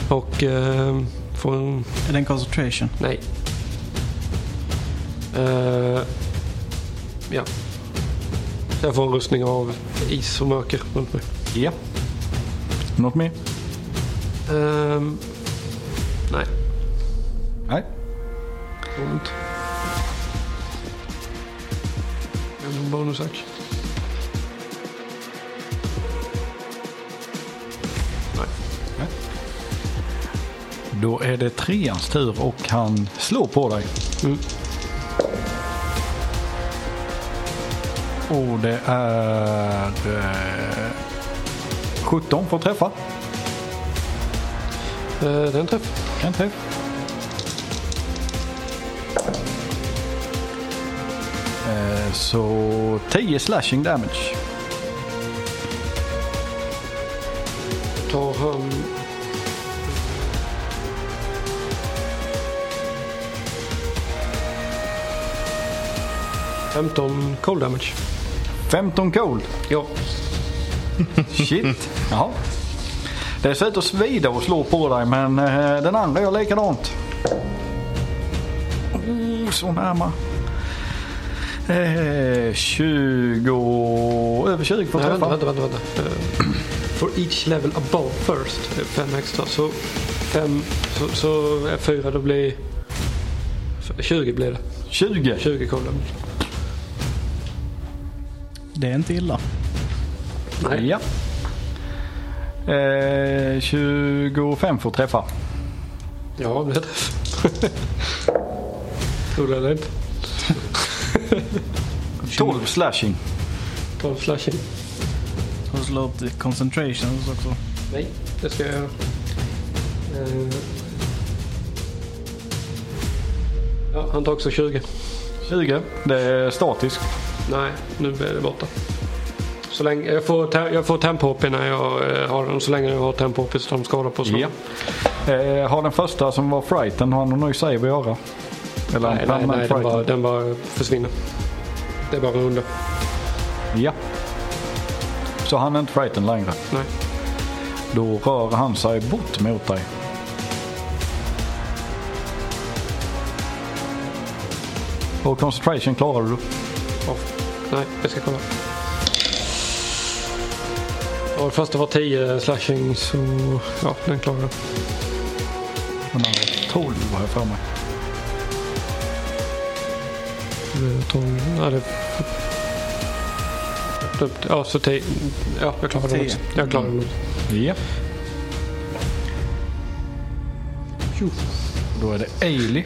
[SPEAKER 4] Och eh, får en...
[SPEAKER 2] Är det en concentration?
[SPEAKER 4] Nej. Eh, ja. Jag får en rustning av is och mörker runt mig.
[SPEAKER 3] Ja. Något mer?
[SPEAKER 4] Ehm, nej,
[SPEAKER 3] Nej.
[SPEAKER 4] det var inte. En bonusaction.
[SPEAKER 3] Då är det treans tur och han slår på dig.
[SPEAKER 4] Mm.
[SPEAKER 3] Och det är... Eh, 17 får träffa.
[SPEAKER 4] Eh, det är en träff.
[SPEAKER 3] En träff. Eh, Så 10 slashing damage.
[SPEAKER 4] Tar han... Femton cold damage.
[SPEAKER 3] 15 cold.
[SPEAKER 4] Ja.
[SPEAKER 3] Shit. Jaha. Det ser ut att svida och slå på dig men eh, den andra gör likadant. Oh, så närma. Eh, 20... Över 20 får
[SPEAKER 4] Nej, vänta,
[SPEAKER 3] träffa.
[SPEAKER 4] vänta, vänta. vänta. Eh, for each level above first. eh, Fem extra. Så fem... Så, så är fyra, då blir... 20 blir det.
[SPEAKER 3] 20.
[SPEAKER 4] 20 cold damage.
[SPEAKER 2] Det är inte illa.
[SPEAKER 4] Nej.
[SPEAKER 3] Ja. Eh, 25 får träffa.
[SPEAKER 4] Ja, det är träff. Tror du eller inte?
[SPEAKER 3] 12 slashing.
[SPEAKER 4] 12 slashing.
[SPEAKER 2] Har du slagit concentrations också?
[SPEAKER 4] Nej, det ska jag göra. Eh, Ja, han tar också 20.
[SPEAKER 3] 20. Det är statiskt.
[SPEAKER 4] Nej, nu är det borta. Så länge, jag får, te- jag får tempo-hopp innan jag eh, har den. Så länge jag har tempo-hopp så de skadar på sig.
[SPEAKER 3] Ja. Eh, har den första som var frighten, har han någon ny save att göra? Eller
[SPEAKER 4] Nej,
[SPEAKER 3] en
[SPEAKER 4] nej,
[SPEAKER 3] permanent
[SPEAKER 4] nej den,
[SPEAKER 3] frighten?
[SPEAKER 4] bara, den bara försvinner. Det är bara en runda.
[SPEAKER 3] Ja. Så han är inte frighten längre.
[SPEAKER 4] Nej.
[SPEAKER 3] Då rör han sig bort mot dig. Och concentration klarar du.
[SPEAKER 4] Off. Nej, jag ska kolla. Ja, det första var 10 slashing så ja, den klarar jag.
[SPEAKER 3] Den andra 12 har jag för mig.
[SPEAKER 4] Det blir 12. Ja, det... det- Ja, så 10. Ja, jag klarar den
[SPEAKER 2] Tio.
[SPEAKER 4] också. Jag klarar den också.
[SPEAKER 3] Ja. Då är det Ailey.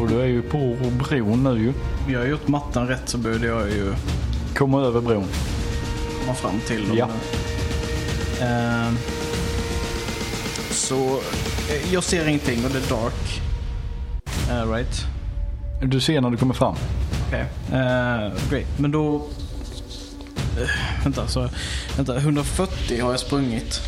[SPEAKER 3] Och du är ju på bron nu ju.
[SPEAKER 2] Jag har gjort mattan rätt så borde jag ju
[SPEAKER 3] Kommer över bron.
[SPEAKER 2] komma fram till. dem
[SPEAKER 3] Ja.
[SPEAKER 2] nu. Ehm, så eh, jag ser ingenting och det är dark. Eh, right.
[SPEAKER 3] Du ser när du kommer fram.
[SPEAKER 2] Okej. Eh, great. Men då... eh, vänta, så, vänta. 140 har jag sprungit.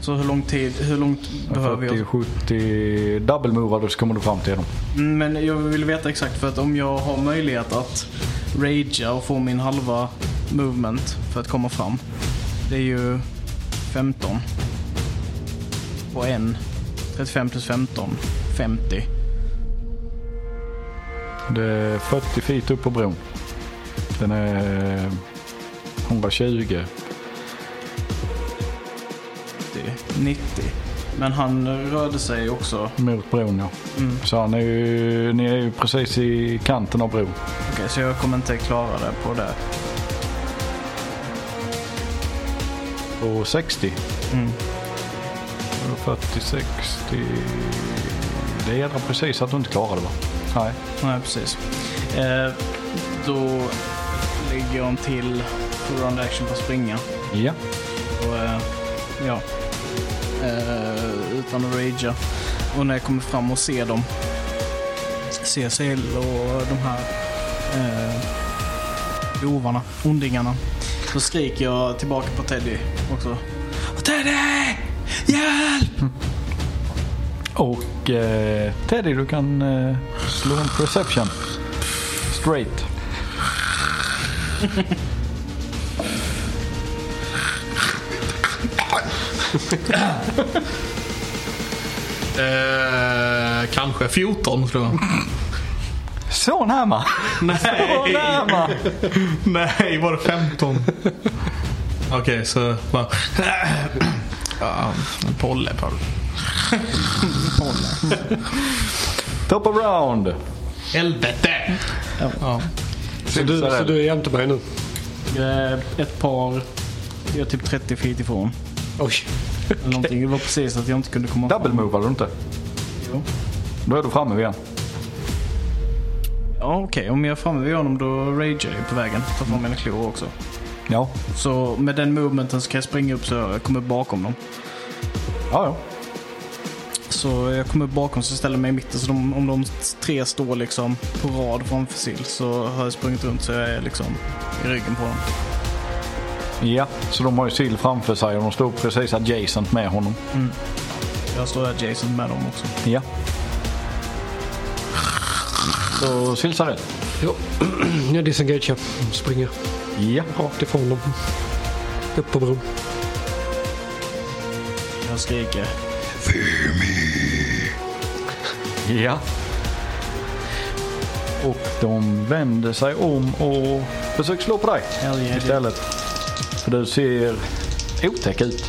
[SPEAKER 2] Så hur lång tid, hur långt behöver
[SPEAKER 3] 40,
[SPEAKER 2] jag?
[SPEAKER 3] 70, double movear så kommer du fram till dem.
[SPEAKER 2] Mm, Men jag vill veta exakt för att om jag har möjlighet att ragea och få min halva movement för att komma fram. Det är ju 15. Och en. 35 plus 15. 50.
[SPEAKER 3] Det är 40 feet upp på bron. Den är eh, 120.
[SPEAKER 2] 90. 90. Men han rörde sig också.
[SPEAKER 3] Mot bron ja.
[SPEAKER 2] Mm.
[SPEAKER 3] Så han är ju, ni är ju precis i kanten av bron.
[SPEAKER 2] Okej, så jag kommer inte klara det på det.
[SPEAKER 3] Och 60.
[SPEAKER 2] Mm.
[SPEAKER 3] Och 40, 60. Det är jädra precis att du inte klarar det va? Nej.
[SPEAKER 2] Nej, precis. Eh, då lägger jag en till full round action på att springa.
[SPEAKER 3] Ja.
[SPEAKER 2] Och, eh, ja. Eh, utan att ragea. Och när jag kommer fram och ser dem. CSL och de här eh, bovarna, ondingarna. Så skriker jag tillbaka på Teddy också. Teddy! Hjälp!
[SPEAKER 3] Och eh, Teddy du kan eh, slå en perception. Straight.
[SPEAKER 1] Eh, kanske 14 tror jag.
[SPEAKER 3] Så närma. Så
[SPEAKER 1] Nej,
[SPEAKER 3] närma.
[SPEAKER 1] nej var det 15? Okej, så bara... Ja, Polle, Polle.
[SPEAKER 3] Top of round.
[SPEAKER 1] Helvete! Ja.
[SPEAKER 4] Så du, så du är jämte mig nu?
[SPEAKER 2] Eh, ett par, jag är typ 30 feet ifrån.
[SPEAKER 4] Oj.
[SPEAKER 2] Eller någonting. Det var precis att jag inte kunde komma
[SPEAKER 3] Double
[SPEAKER 2] fram.
[SPEAKER 3] move du inte?
[SPEAKER 2] Jo.
[SPEAKER 3] Då är du framme igen.
[SPEAKER 2] Ja, okej. Om jag är framme vid honom då ragear jag på vägen. Tar fram mina klor också.
[SPEAKER 3] Ja.
[SPEAKER 2] Så med den movementen så kan jag springa upp så jag kommer bakom dem.
[SPEAKER 3] Ja, ja.
[SPEAKER 2] Så jag kommer bakom så ställer jag mig i mitten. Så de, om de tre står liksom på rad framför Sill så har jag sprungit runt så jag är liksom i ryggen på dem.
[SPEAKER 3] Ja, så de har ju Sill framför sig och de står precis adjacent med honom.
[SPEAKER 2] Jag står adjacent med dem också.
[SPEAKER 3] Ja. Så Sill sa rätt.
[SPEAKER 4] Ja. Jag disengagear. Springer
[SPEAKER 3] Ja.
[SPEAKER 4] rakt ifrån dem. Upp på bron.
[SPEAKER 2] Jag skriker.
[SPEAKER 3] Ja. Och de vänder sig om och försöker slå på dig
[SPEAKER 2] Hell yeah, dude.
[SPEAKER 3] istället. För du ser otäck ut.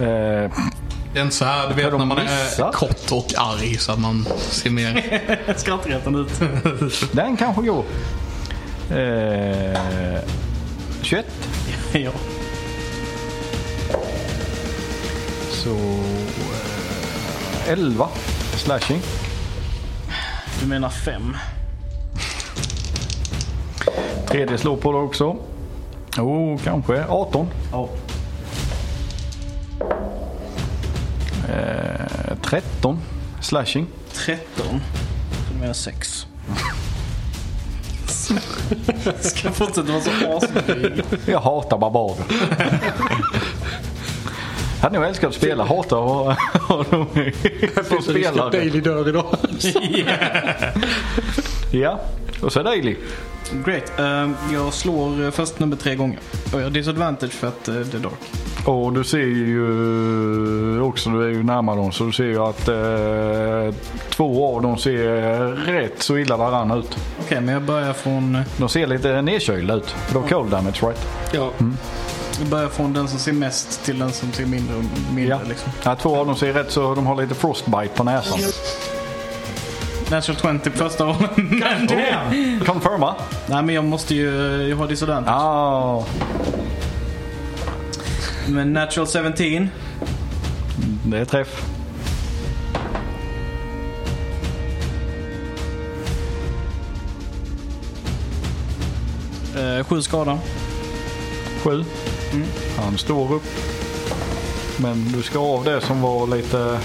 [SPEAKER 3] Eh,
[SPEAKER 1] Det är inte så här, du
[SPEAKER 3] Har
[SPEAKER 1] vet
[SPEAKER 3] de
[SPEAKER 1] när man är
[SPEAKER 3] missat?
[SPEAKER 1] kort och arg så att man ser mer...
[SPEAKER 2] Skrattretande ut.
[SPEAKER 3] den kanske går. Eh, 21.
[SPEAKER 2] ja.
[SPEAKER 3] Så... Eh, 11 slashing.
[SPEAKER 2] Du menar fem?
[SPEAKER 3] Tredje slår på dig också. Oh, kanske 18.
[SPEAKER 2] Ja.
[SPEAKER 3] Eh, 13 slashing.
[SPEAKER 2] 13. Som är 6. Ska jag fortsätta vara så asdryg?
[SPEAKER 3] Jag hatar barbarer. Hade nog älskat att spela, hatar att vara- ha dem i- som
[SPEAKER 4] Så risk att
[SPEAKER 3] spelare.
[SPEAKER 4] Daily dör idag.
[SPEAKER 3] Ja, och så Daily.
[SPEAKER 2] Great. Ehm, jag slår eh, först nummer tre gånger. Och jag har disadvantage för att eh, det är dark.
[SPEAKER 3] Och du ser ju också, du är ju närmare dem, så du ser ju att eh, två av dem ser rätt så illa varann ut.
[SPEAKER 2] Okej, men jag börjar från, eh,
[SPEAKER 3] De ser lite nedkylda ut. För de har cold damage right?
[SPEAKER 4] Ja.
[SPEAKER 2] jag börjar från den som ser mest till den som ser mindre och mindre. Liksom.
[SPEAKER 3] ja. Två av dem ser rätt så de har lite frostbite på näsan.
[SPEAKER 2] Natural 20 på första rollen.
[SPEAKER 3] Confirma.
[SPEAKER 2] Nej, men jag måste ju, jag har disadvantage.
[SPEAKER 3] Ah,
[SPEAKER 2] Men natural 17.
[SPEAKER 3] det är träff.
[SPEAKER 2] Eh, sju skada.
[SPEAKER 3] Sju. Mm. Han står upp. Men du ska av det som var lite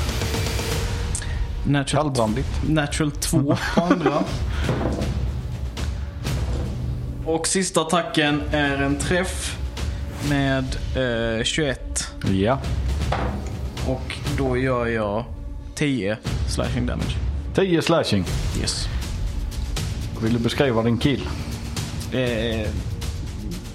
[SPEAKER 2] Natural,
[SPEAKER 3] kallbrandigt.
[SPEAKER 2] natural 2 på andra. Och sista attacken är en träff med eh, 21.
[SPEAKER 3] Ja.
[SPEAKER 2] Och då gör jag 10 slashing damage.
[SPEAKER 3] 10 slashing.
[SPEAKER 2] Yes.
[SPEAKER 3] Vill du beskriva din kill?
[SPEAKER 2] Eh,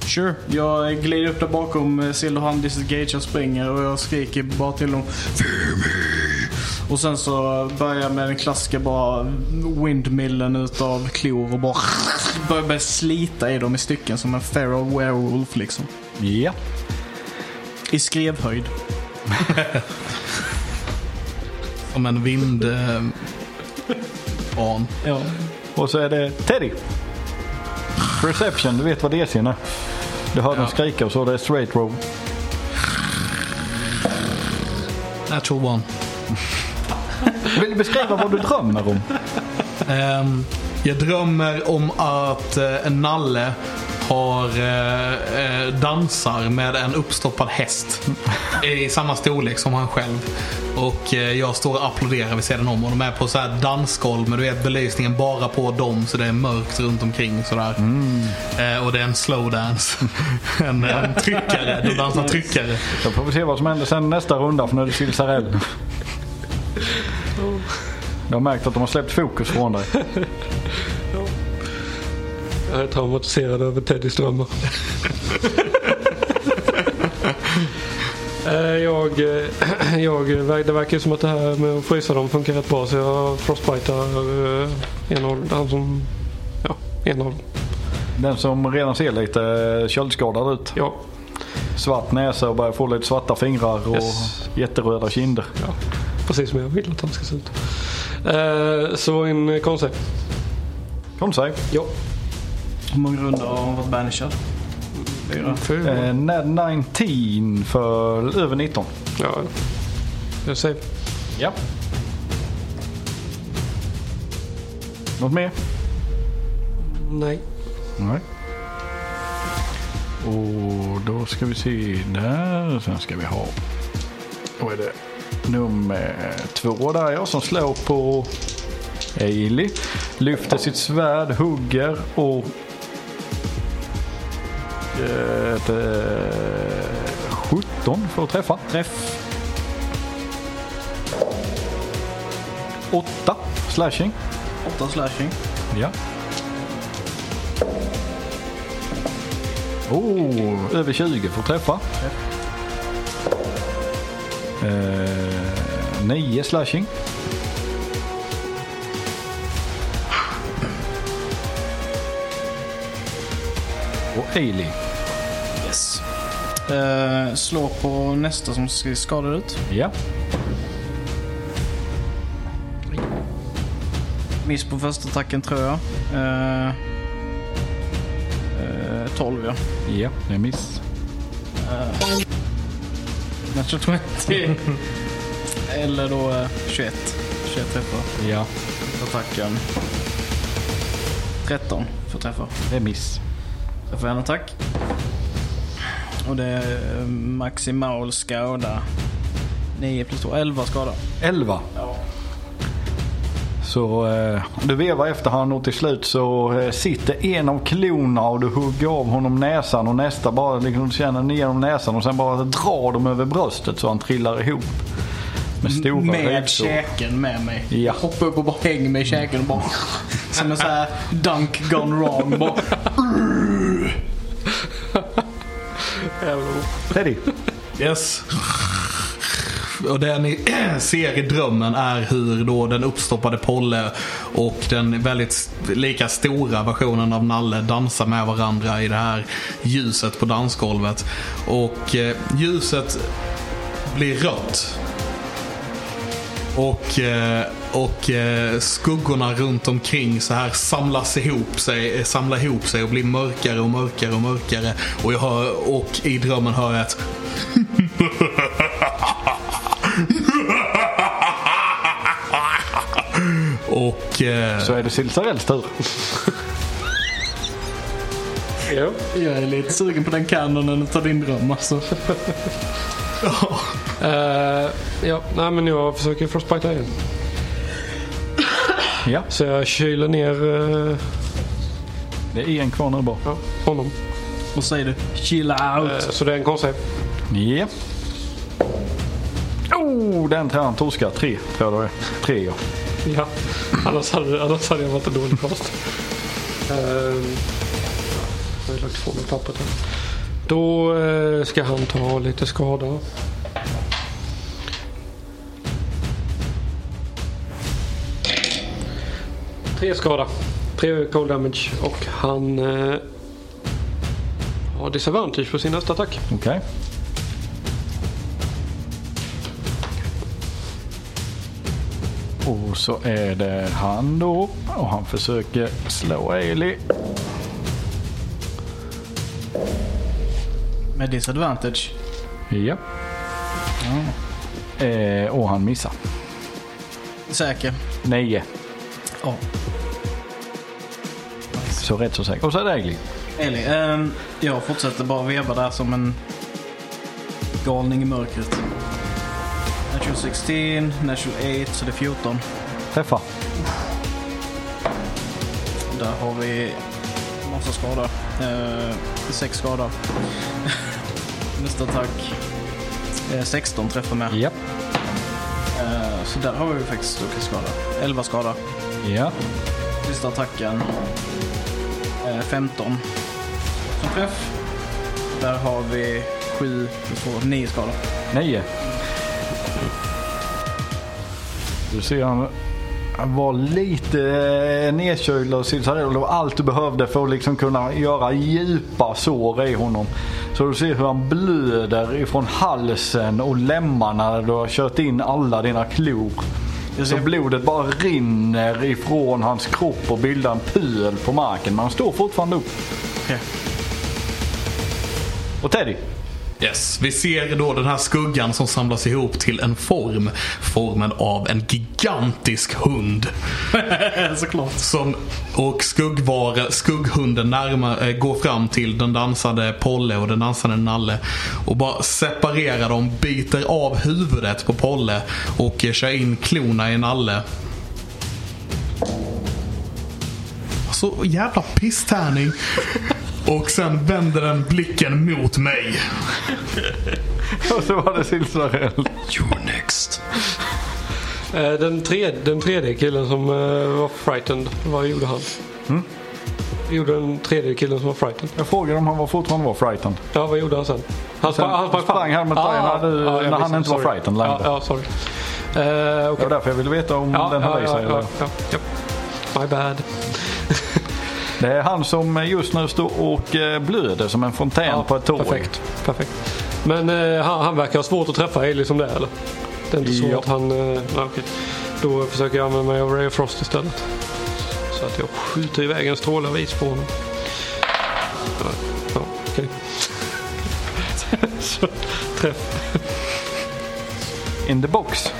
[SPEAKER 2] sure. Jag glider upp där bakom eh, Sill och han disengage och springer och jag skriker bara till dem. "Fear me!" Och sen så börjar jag med den klassiska bara windmillen utav klor och bara börjar börjar slita i dem i stycken som en feral werewolf liksom.
[SPEAKER 3] Ja.
[SPEAKER 2] I skrevhöjd.
[SPEAKER 1] Som en vind... Eh, an.
[SPEAKER 2] Ja.
[SPEAKER 3] Och så är det Teddy. Perception, du vet vad det är. Du hör dem skrika och så det är straight roll.
[SPEAKER 1] Natural one.
[SPEAKER 3] Vill du beskriva vad du drömmer om?
[SPEAKER 1] Ehm, jag drömmer om att eh, en Nalle har, eh, eh, dansar med en uppstoppad häst. I samma storlek som han själv. Och eh, jag står och applåderar vid sidan om. Och de är på så här dansgolv. Men du vet belysningen bara på dem. Så det är mörkt runt omkring. Sådär. Eh, och det är en slowdance. en, en tryckare. De dansar tryckare.
[SPEAKER 3] Då får vi se vad som händer sen nästa runda för nu är det Silsarell. Jag har märkt att de har släppt fokus från dig.
[SPEAKER 4] Jag är traumatiserad över Teddys drömmar. Eh, jag, eh, jag, det verkar som att det här med att frysa dem funkar rätt bra så jag frostbitar eh, en av han som... Ja, en av dem.
[SPEAKER 3] Den som redan ser lite eh, köldskadad ut.
[SPEAKER 4] Ja,
[SPEAKER 3] Svart näsa och börjar få lite svarta fingrar och
[SPEAKER 4] Yes.
[SPEAKER 3] jätteröda kinder.
[SPEAKER 4] ja, precis som jag vill att han ska se ut. Eh, så en konstig.
[SPEAKER 3] Kom säg.
[SPEAKER 4] Ja.
[SPEAKER 2] Hur många runder har hon varit banishad? Fyra.
[SPEAKER 4] Fyra.
[SPEAKER 3] Eh, nat 19 för över 19.
[SPEAKER 4] Ja. Jag säger
[SPEAKER 3] Ja. Något mer?
[SPEAKER 4] nej.
[SPEAKER 3] Nej. Och då ska vi se där. Sen ska vi ha. Vad är det? Nummer två där ja, som slår på Ailey. Lyfter sitt svärd, hugger och... Ett, eh, 17 för att träffa.
[SPEAKER 2] Träff.
[SPEAKER 3] 8 slashing.
[SPEAKER 2] Åtta slashing.
[SPEAKER 3] Ja. Oh, över 20 får träffa. Eh, 9 slashing. Och Ailey.
[SPEAKER 2] Yes. Eh, slå på nästa som ser skadad ut.
[SPEAKER 3] Ja.
[SPEAKER 2] Miss på första attacken tror jag. Eh, eh, 12 ja.
[SPEAKER 3] Ja, det är miss.
[SPEAKER 2] Natural 20. Eller då eh, 21. 21 träffar
[SPEAKER 3] Ja,
[SPEAKER 2] attacken. 13 för träffar.
[SPEAKER 3] det är miss.
[SPEAKER 2] Träffar en attack. Och det är eh, maximal skada. 9 plus 2, 11 skada.
[SPEAKER 3] 11. Så eh, du vevar efter han och till slut så eh, sitter en av klorna och du hugger av honom näsan och nästa bara liksom känner ner om näsan och sen bara drar de över bröstet så han trillar ihop. Med stora
[SPEAKER 2] Med
[SPEAKER 3] rivsår.
[SPEAKER 2] käken med mig.
[SPEAKER 3] Ja.
[SPEAKER 2] Hoppa upp och bara häng mig i käken och bara... som en sån här dunk gone wrong. Bara,
[SPEAKER 4] Jävlar.
[SPEAKER 3] Teddy.
[SPEAKER 1] Yes. Och det ni ser i drömmen är hur då den uppstoppade Polle och den väldigt st- lika stora versionen av Nalle dansar med varandra i det här ljuset på dansgolvet. Och eh, ljuset blir rött. Och, eh, och eh, skuggorna runt omkring så här samlas ihop sig, eh, samlar ihop sig och blir mörkare och mörkare och mörkare. Och, jag hör, och i drömmen hör jag ett Och... Eh,
[SPEAKER 3] Så är det Silsarells tur.
[SPEAKER 4] Ja.
[SPEAKER 2] jag är lite sugen på den kanonen och tar din dröm alltså.
[SPEAKER 4] Eh, ja, nej men jag försöker frostbita igen.
[SPEAKER 3] Ja,
[SPEAKER 4] Så jag kyler ner eh,
[SPEAKER 3] det är en kvar nu bara.
[SPEAKER 4] ja, honom.
[SPEAKER 2] Vad säger du? Chill
[SPEAKER 4] Eh,
[SPEAKER 2] out.
[SPEAKER 4] så det är en konstig.
[SPEAKER 3] Ja. Oh, den tränaren torskar. Tre tror jag det är. Tre ja.
[SPEAKER 4] Ja. Annars hade, annars hade jag varit en dålig cast. Eh, jag har lagt ifrån mig pappret här. Då eh, ska han ta lite skada. Tre skada. Tre cold damage och han eh, har disadvantage på sin nästa attack.
[SPEAKER 3] Okej. Och så är det han då. Och han försöker slå Ailey.
[SPEAKER 2] Med disadvantage.
[SPEAKER 3] Ja. Eh, och han missar.
[SPEAKER 2] Säker.
[SPEAKER 3] Nio.
[SPEAKER 2] Ja.
[SPEAKER 3] Så rätt så säkert. Och så är det Ailey.
[SPEAKER 2] Eli, ehm, jag fortsätter bara veva där som en galning i mörkret. Natural 16, natural 8, så det är 14.
[SPEAKER 3] Träffar.
[SPEAKER 2] Där har vi massa skada. Eh, sex skada. Nästa attack. Eh, 16 träffar med.
[SPEAKER 3] Ja.
[SPEAKER 2] Eh, så där har vi faktiskt stuckit skada. 11 skada.
[SPEAKER 3] Ja.
[SPEAKER 2] Sista attacken. Eh, 15. Som träff. Där har vi 7 plus 2, 9 skada.
[SPEAKER 3] Nio. Du ser han han var lite eh, nedkyld och silsarell. Det var allt du behövde för att liksom kunna göra djupa sår i honom. Så du ser hur han blöder ifrån halsen och lemmarna när du har kört in alla dina klor.
[SPEAKER 2] Jag
[SPEAKER 3] Så
[SPEAKER 2] ser-
[SPEAKER 3] blodet bara rinner ifrån hans kropp och bildar en pöl på marken. Men han står fortfarande upp.
[SPEAKER 2] Okej.
[SPEAKER 3] Och Teddy.
[SPEAKER 1] Yes, vi ser då den här skuggan som samlas ihop till en form. Formen av en gigantisk hund. Såklart. Som, och skuggvara, skugghunden närmar, eh, går fram till den dansande Polle och den dansande Nalle. Och bara separerar dem, biter av huvudet på Polle och eh, kör in klorna i Nalle. Så jävla pisstärning. Och sen vänder den blicken mot mig.
[SPEAKER 3] Och så var det silsarell.
[SPEAKER 4] Eh, Den, tredje, den tredje killen som eh, var frightened, vad gjorde han?
[SPEAKER 3] Mm?
[SPEAKER 4] Gjorde den tredje killen som var frightened.
[SPEAKER 3] Jag frågade om han var fortfarande var frightened.
[SPEAKER 4] Ja, vad gjorde han sen? Han, Ah,
[SPEAKER 3] Sen
[SPEAKER 4] spra- fram.
[SPEAKER 3] sprang han mot dig när du-
[SPEAKER 4] jag
[SPEAKER 3] när han
[SPEAKER 4] missade,
[SPEAKER 3] inte var
[SPEAKER 4] sorry.
[SPEAKER 3] frightened
[SPEAKER 4] Ja,
[SPEAKER 3] längre.
[SPEAKER 4] ja sorry. Eh,
[SPEAKER 3] Det
[SPEAKER 4] okej.
[SPEAKER 3] var därför jag ville veta om
[SPEAKER 4] Ja,
[SPEAKER 3] den höll i
[SPEAKER 4] ja,
[SPEAKER 3] sig.
[SPEAKER 4] ja,
[SPEAKER 3] eller?
[SPEAKER 4] ja, ja, ja. My bad.
[SPEAKER 3] Det är han som just nu står och eh, blöder som en fontän
[SPEAKER 4] Ja,
[SPEAKER 3] på ett torg.
[SPEAKER 4] Perfekt. perfekt. Men eh, han, han verkar ha svårt att träffa Ailey som det är eller? Det är inte så
[SPEAKER 3] Ja.
[SPEAKER 4] att han... Eh, nej, okej. Då försöker jag använda mig av Ray of Frost istället. Så att jag skjuter iväg en stråle av is på honom. Ja, ja, okej. så, träff.
[SPEAKER 3] In the box.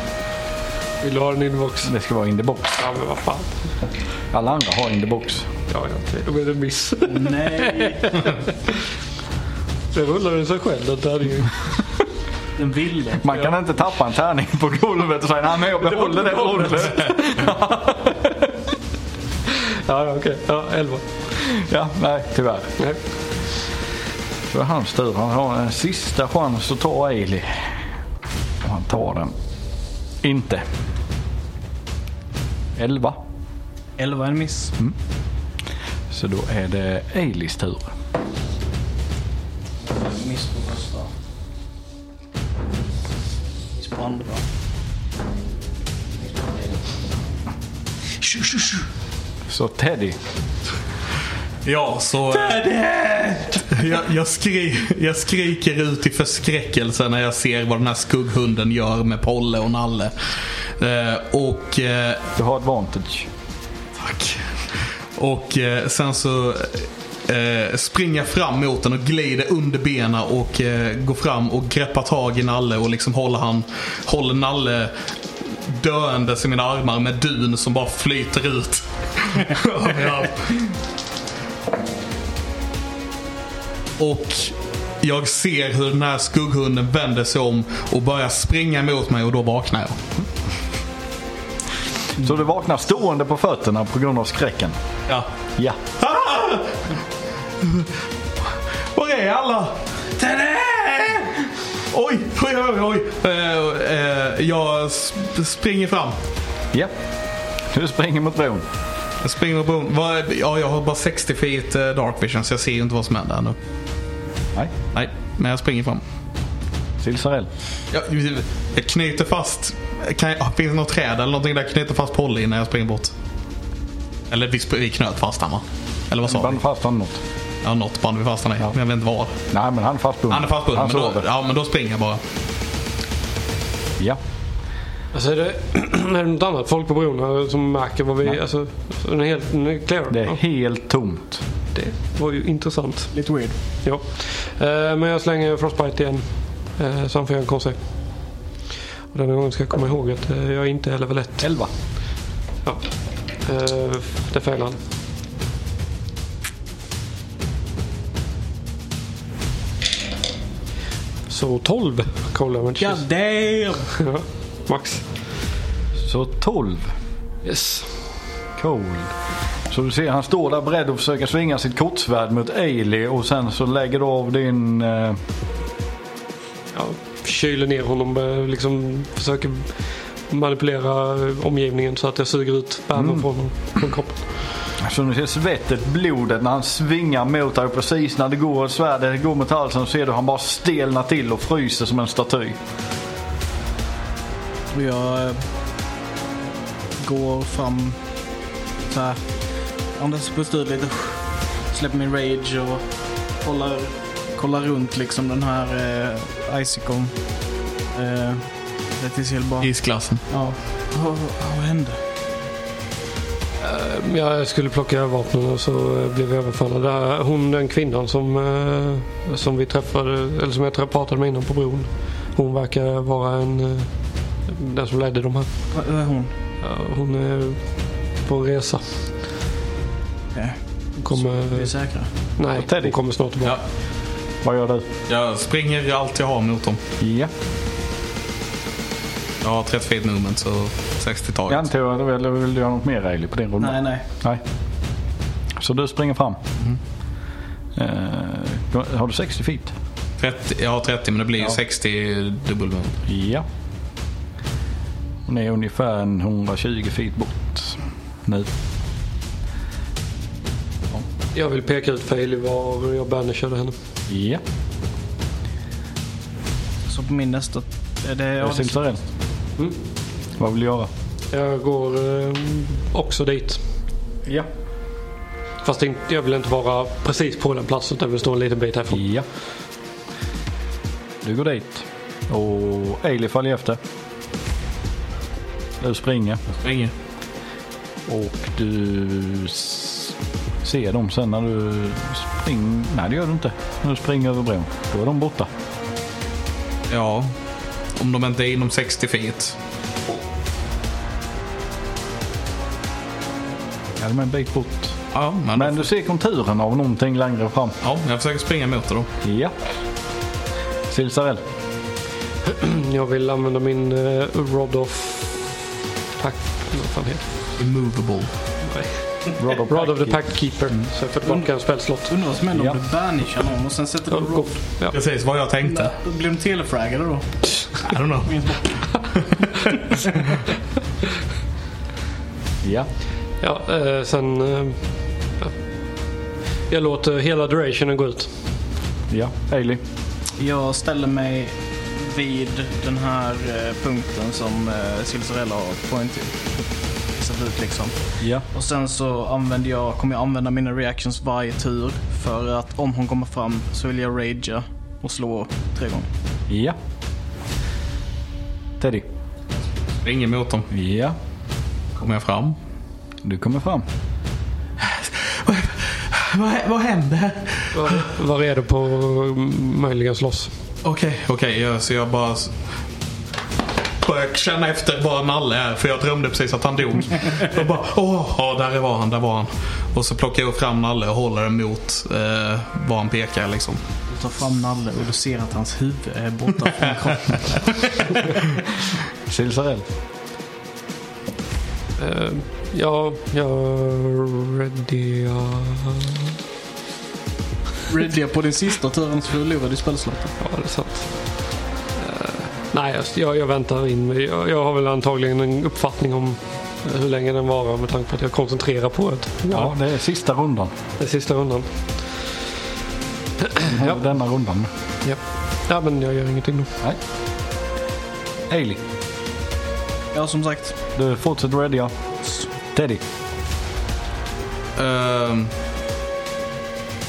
[SPEAKER 4] Vill du ha den inbox?
[SPEAKER 3] Det ska vara in the box.
[SPEAKER 4] Ja men vad fan.
[SPEAKER 3] Alla andra har in the box.
[SPEAKER 4] Ja, ja, okej. Då blir det miss.
[SPEAKER 2] Nej.
[SPEAKER 4] Det rullar den sig själv den där.
[SPEAKER 2] den ville.
[SPEAKER 3] Man kan inte tappa en tärning på golvet och säga nej men jag behåller det rollet.
[SPEAKER 4] Ja, ja, okej. Ja, 11.
[SPEAKER 3] Ja, nej tyvärr.
[SPEAKER 4] Nej.
[SPEAKER 3] Då är hans tur. Han har en sista chans att ta Ailey. Och han tar den. Inte. 11.
[SPEAKER 2] 11 är en miss.
[SPEAKER 3] Så då är det Aileys tur.
[SPEAKER 2] Miss på första. Miss på andra. Miss på tredje. Tju, tju, tju.
[SPEAKER 3] Så Teddy.
[SPEAKER 1] Ja, så... eh, Jag, jag, skri, jag skriker ut i förskräckelse när jag ser vad den här skugghunden gör med Polle och Nalle. Eh, och... Eh,
[SPEAKER 3] Du har advantage.
[SPEAKER 1] Tack. Och eh, sen så eh, springer jag fram mot den och glider under benen och eh, går fram och greppar tag i Nalle och liksom håller han, håller Nalle döendes i mina armar med dun som bara flyter ut. Överallt. och jag ser hur den här skugghunden vänder sig om och börjar springa mot mig och då vaknar jag.
[SPEAKER 3] Så du vaknar stående på fötterna på grund av skräcken.
[SPEAKER 1] Ja.
[SPEAKER 3] Ja.
[SPEAKER 1] Ah! Var är alla? Tene! Oj, oj, oj, oj. Eh, eh, jag sp- springer fram.
[SPEAKER 3] Ja. Du springer mot bron.
[SPEAKER 1] Jag springer upp bron. Vad- Ja, jag har bara 60 feet eh, dark vision så jag ser ju inte vad som händer ännu.
[SPEAKER 3] Nej.
[SPEAKER 1] Nej, men jag springer fram.
[SPEAKER 3] Silsarell.
[SPEAKER 1] Jag, jag knyter fast... Kan jag, finns det något träd eller någonting där jag knyter fast Polly innan jag springer bort? Eller vi, sp- vi knöt fast han va? Eller vad sa vi?
[SPEAKER 3] Band fast han något.
[SPEAKER 1] Ja, något band vi fastnade i. Men jag vet inte var.
[SPEAKER 3] Nej men han är fastbunden.
[SPEAKER 1] Han är fastbunden.
[SPEAKER 3] Han
[SPEAKER 1] men då-
[SPEAKER 3] sover.
[SPEAKER 1] Ja, men då springer jag bara.
[SPEAKER 3] Ja.
[SPEAKER 4] Alltså är det, är det något annat folk på bron här som märker vad vi... Alltså, den är helt den är clear.
[SPEAKER 3] Det är
[SPEAKER 4] Ja,
[SPEAKER 3] helt tomt.
[SPEAKER 4] det var ju intressant.
[SPEAKER 2] Lite weird.
[SPEAKER 4] Ja. Eh, men jag slänger Frostbite igen. Eh, så han får göra en KC. Och denna gången ska jag komma ihåg att eh, jag inte är level 1.
[SPEAKER 3] 11.
[SPEAKER 4] Ja. Eh, det failar han. Så 12 cold damage.
[SPEAKER 2] God damn!
[SPEAKER 4] Ja, Max.
[SPEAKER 3] Så 12.
[SPEAKER 4] Yes.
[SPEAKER 3] Cold. Så du ser han står där beredd att försöka svinga sitt kortsvärd mot Ailey och sen så lägger du av din... Eh,
[SPEAKER 4] Ja, kyler ner honom. eh, Liksom försöker manipulera eh, omgivningen så att jag suger ut värmen
[SPEAKER 2] Mm.
[SPEAKER 4] från, honom- från kroppen.
[SPEAKER 3] så du Alltså, ser svettet, blodet när han svingar mot dig och precis när det går svärdet går mot halsen så ser du han bara stelnar till och fryser som en staty.
[SPEAKER 2] Och jag eh, går fram så här. Andas pustar ut lite. Släpper min rage och kollar, kollar runt liksom den här eh, icicon. Eh, Rättisil bara.
[SPEAKER 1] Isglassen.
[SPEAKER 2] Ja. Vad, vad hände?
[SPEAKER 4] Eh, Jag skulle plocka vapnen och så eh, blev jag överfallen. Där, hon, den kvinnan som, eh, som vi träffade, eller som jag träff- pratade med innan på bron. Hon verkar vara en, eh, den som ledde de här.
[SPEAKER 2] Vad vad är hon?
[SPEAKER 4] Eh, Hon är på resa.
[SPEAKER 2] Okej.
[SPEAKER 4] Hon kommer,
[SPEAKER 2] Vi är säkra.
[SPEAKER 4] nej,
[SPEAKER 3] Teddy.
[SPEAKER 4] hon kommer snart tillbaka.
[SPEAKER 3] Vad gör du?
[SPEAKER 1] Jag springer allt jag har mot dem.
[SPEAKER 3] Ja.
[SPEAKER 1] Jag har 30 feet movement så 60
[SPEAKER 3] Jag
[SPEAKER 1] taget.
[SPEAKER 3] antar att du vill, vill du göra något mer Ailey på din runda?
[SPEAKER 2] Nej, nej.
[SPEAKER 3] Nej. Mm. Så du springer fram. Eh, har du 60 feet?
[SPEAKER 1] 30, jag har 30 men det blir ju 60 dubbel movement.
[SPEAKER 3] Ja. Hon är ungefär en 120 feet bort nu.
[SPEAKER 4] Jag vill peka ut för Hailey var jag banishade henne.
[SPEAKER 3] Ja,
[SPEAKER 2] Så på min nästa... Är det,
[SPEAKER 3] det är
[SPEAKER 2] ja, det,
[SPEAKER 3] Silsarell.
[SPEAKER 4] Mm.
[SPEAKER 3] Vad vill du göra?
[SPEAKER 4] Jag går eh, också dit.
[SPEAKER 3] Ja.
[SPEAKER 4] Fast inte- jag vill inte vara precis på den platsen utan jag vill stå en liten bit härifrån.
[SPEAKER 3] Ja. Du går dit. Och Ailey följer efter. Du springer.
[SPEAKER 1] Springer.
[SPEAKER 3] Och du s- ser dem sen när du springer. Nej, det gör du inte. När du springer över bron. Då är de borta.
[SPEAKER 1] Ja. Om de inte är inom 60 feet.
[SPEAKER 3] Ja, de är en bit bort.
[SPEAKER 1] Ja, men,
[SPEAKER 3] Men du ser konturen av någonting längre fram.
[SPEAKER 1] ja jag försöker springa mot dem.
[SPEAKER 3] Ja. Silsarell.
[SPEAKER 4] Jag vill använda min uh, Rod of... Pack... Vad fan heter
[SPEAKER 1] Immovable.
[SPEAKER 4] det? Nej.
[SPEAKER 3] Rod of
[SPEAKER 4] Rod of the
[SPEAKER 3] Pack.
[SPEAKER 4] Pack Keeper. Så jag får tillbaka en spelslott.
[SPEAKER 2] Undrar vad som händer
[SPEAKER 3] Ja.
[SPEAKER 2] om du banishar någon och sen sätter du
[SPEAKER 4] Ja,
[SPEAKER 2] roll.
[SPEAKER 4] gott. Ja.
[SPEAKER 1] Precis vad jag tänkte.
[SPEAKER 2] Då Blir de telefraggade då?
[SPEAKER 1] I don't know.
[SPEAKER 3] Ja.
[SPEAKER 4] Ja, eh, sen... eh, ja. Jag låter hela durationen gå ut.
[SPEAKER 3] Ja. Ailey.
[SPEAKER 2] Jag ställer mig vid den här eh, punkten som eh, Silsorella har point satt ut liksom.
[SPEAKER 3] Ja.
[SPEAKER 2] Och sen så använder jag, kommer jag använda mina reactions varje tur. För att om hon kommer fram så vill jag ragea och slå tre gånger.
[SPEAKER 3] Ja. Teddy.
[SPEAKER 1] Ringer mot dem.
[SPEAKER 3] Ja.
[SPEAKER 1] Kommer jag fram.
[SPEAKER 3] Du kommer fram.
[SPEAKER 1] Vad, vad hände?
[SPEAKER 4] Var- Var är det på mm, möjligen slåss?
[SPEAKER 1] Okej, okej. ja, så jag bara... s- Börjar känna efter var Nalle är. För jag drömde precis att han dog. Jag bara, åh, ja, där var han, där var han. Och så plockar jag fram Nalle och håller den mot eh, var han pekar liksom.
[SPEAKER 2] Du tar fram Nalle och du ser att hans huvud är borta från kroppen.
[SPEAKER 3] Silsarell.
[SPEAKER 4] Eh, ja, jag ready.
[SPEAKER 2] Readya på din sista turen så förlorar du spelslottet.
[SPEAKER 4] Ja, det är sant. Eh, nej, jag- jag, jag väntar in mig. Jag, jag har väl antagligen en uppfattning om eh, hur länge den varar med tanke på att jag koncentrerar på det.
[SPEAKER 3] Ja, det är sista rundan.
[SPEAKER 4] Den sista rundan.
[SPEAKER 3] Ja. Denna rundan.
[SPEAKER 4] Ja. ja, men jag gör ingenting då.
[SPEAKER 3] Nej. Ailey.
[SPEAKER 2] Ja, som sagt.
[SPEAKER 3] Du fortsätter ready ja. Teddy.
[SPEAKER 1] Ehm,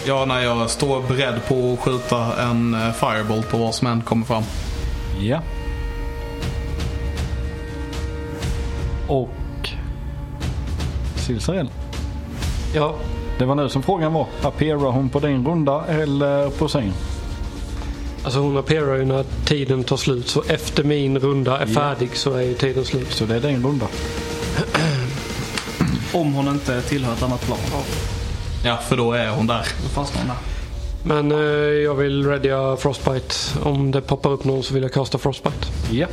[SPEAKER 1] ja, när jag står beredd på att skjuta en eh, firebolt på vad som än kommer fram.
[SPEAKER 3] Ja. Och Silsarell.
[SPEAKER 4] Ja,
[SPEAKER 3] Det var nu som frågan var. Appearar hon på din runda eller på sin?
[SPEAKER 4] alltså hon appearar ju när tiden tar slut. Så efter min runda är
[SPEAKER 3] Ja.
[SPEAKER 4] färdig så är ju tiden slut.
[SPEAKER 3] Så det är din runda.
[SPEAKER 2] Om hon inte tillhör ett annat plan.
[SPEAKER 1] Ja, för då är hon där.
[SPEAKER 2] Då fastnar hon där.
[SPEAKER 4] Men eh, jag vill readya Frostbite. Om det poppar upp någon så vill jag kasta Frostbite.
[SPEAKER 3] Ja.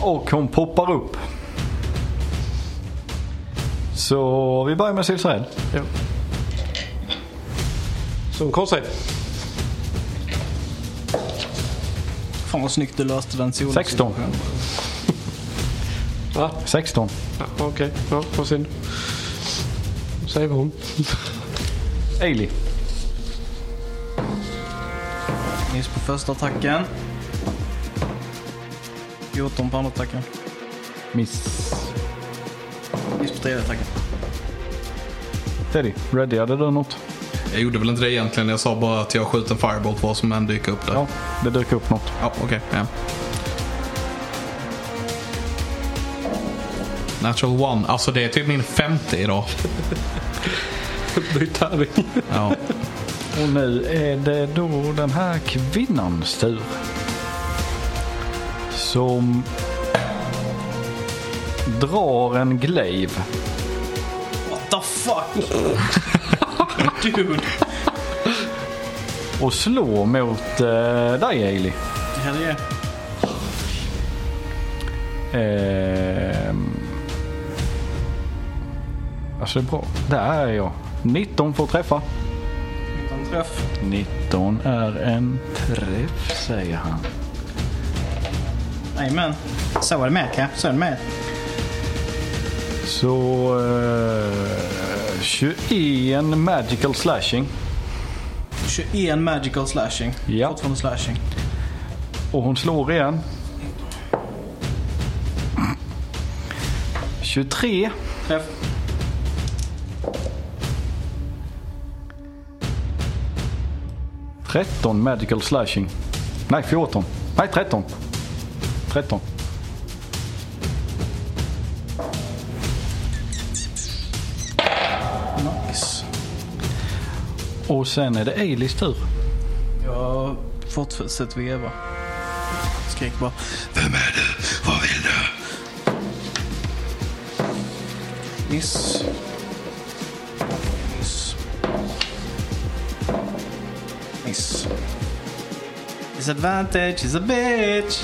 [SPEAKER 3] Och hon poppar upp. Så vi börjar med Silsarell.
[SPEAKER 4] Ja. Som konstigt.
[SPEAKER 2] Fan vad snyggt du löste den solen.
[SPEAKER 3] 16.
[SPEAKER 4] Va?
[SPEAKER 3] 16.
[SPEAKER 4] Ja, Okej, ja, vad synd. Säger hon.
[SPEAKER 3] Ailey.
[SPEAKER 2] Nyss på första attacken. 14 på andra attacken.
[SPEAKER 3] Miss.
[SPEAKER 2] Nyss på tredje attacken.
[SPEAKER 3] Teddy. Readyade du något?
[SPEAKER 1] Jag gjorde väl inte det egentligen. Jag sa bara att jag skjuter en firebolt på vad som än dyker upp där.
[SPEAKER 3] Ja, det dök upp något.
[SPEAKER 1] Ja, okej. ja. Natural one. Alltså det är typ min femte idag.
[SPEAKER 4] Byt tärning.
[SPEAKER 1] Ja.
[SPEAKER 3] Och nu är det då den här kvinnans tur. Som drar en glaive.
[SPEAKER 2] What the fuck? Dude.
[SPEAKER 3] och slår mot eh, dig Ailey.
[SPEAKER 2] Hell yeah.
[SPEAKER 3] Ehm. alltså det är bra. Där är jag. 19 får träffa.
[SPEAKER 2] Utan träff.
[SPEAKER 3] 19 är en träff säger han.
[SPEAKER 2] Jajamän. Så var det med Cap. Så är det med.
[SPEAKER 3] Så eh, 21 magical slashing.
[SPEAKER 2] 21 magical slashing.
[SPEAKER 3] Ja.
[SPEAKER 2] Fortfarande slashing.
[SPEAKER 3] Och hon slår igen. 23.
[SPEAKER 2] Träff.
[SPEAKER 3] Tretton magical slashing. Nej, 14. Nej, 13. 13.
[SPEAKER 2] Nice.
[SPEAKER 3] Och sen är det Eilis tur.
[SPEAKER 2] Jag fortsätter veva. Skrek bara. Vem är du? Vad vill du? Miss. Miss. Miss. Disadvantage is a bitch.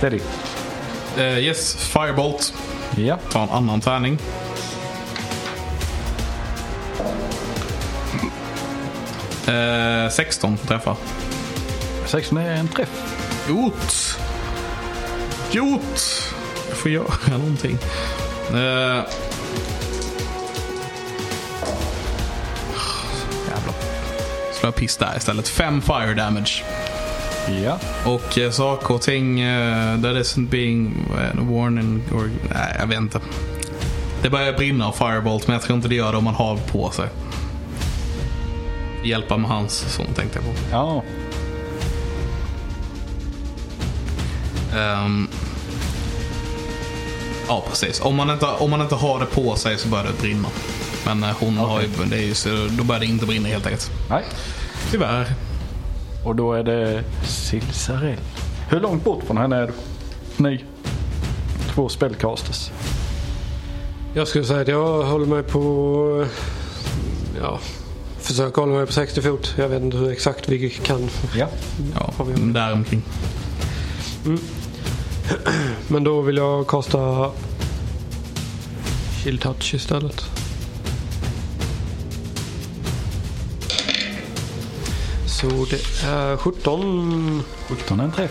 [SPEAKER 3] Teddy.
[SPEAKER 1] Eh, yes, Firebolt.
[SPEAKER 3] Ja.
[SPEAKER 1] Ta en annan tärning. Eh, 16 träffar.
[SPEAKER 3] 16 är en träff.
[SPEAKER 1] Gjort! Gjort! Jag får göra någonting. Eh. Jävlar. Slår jag piss där istället. 5 fire damage.
[SPEAKER 3] Ja.
[SPEAKER 1] Och eh, saker och ting, uh, that isn't being uh, warning or... Nej, jag vet inte. Det börjar brinna av Firebolt, men jag tror inte det gör det om man har på sig. Hjälpa med hans sånt tänkte jag på.
[SPEAKER 3] Ja.
[SPEAKER 1] Ehm, ja, precis. Om man, inte, om man inte har det på sig så börjar det brinna. Men eh, hon har ju, det är ju så, då börjar det inte brinna helt enkelt.
[SPEAKER 3] Nej.
[SPEAKER 1] Tyvärr.
[SPEAKER 3] Och då är det Silsarell. Hur långt bort från henne är du? Ni. Två spellcasters.
[SPEAKER 4] Jag skulle säga att jag håller mig på... eh, Ja, försöker hålla mig på 60 fot. Jag vet inte hur exakt vi kan.
[SPEAKER 3] Ja.
[SPEAKER 1] Ja,
[SPEAKER 4] Har vi gjort.
[SPEAKER 1] däromkring.
[SPEAKER 4] Men då vill jag kasta Shield Touch istället. Så det är 17.
[SPEAKER 3] 17 är en träff.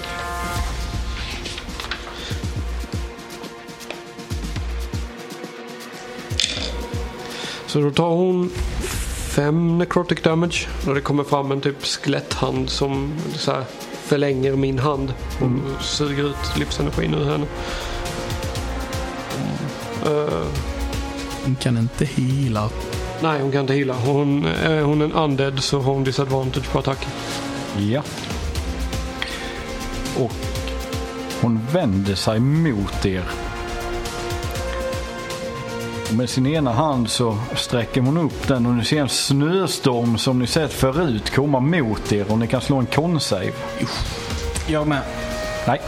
[SPEAKER 4] Så då tar hon 5 necrotic damage. Och det kommer fram en typ skeletthand som så här förlänger min hand. Och suger ut livsenergin ur henne. Eh,
[SPEAKER 1] Hon kan inte heala.
[SPEAKER 4] nej, hon kan inte heala. Hon, är hon en undead så har hon disadvantage på attacken.
[SPEAKER 3] Ja. Och hon vänder sig mot er. Och med sin ena hand så sträcker hon upp den och ni ser en snöstorm som ni sett förut komma mot er och ni kan slå en con-save.
[SPEAKER 2] Jag med.
[SPEAKER 3] Nej,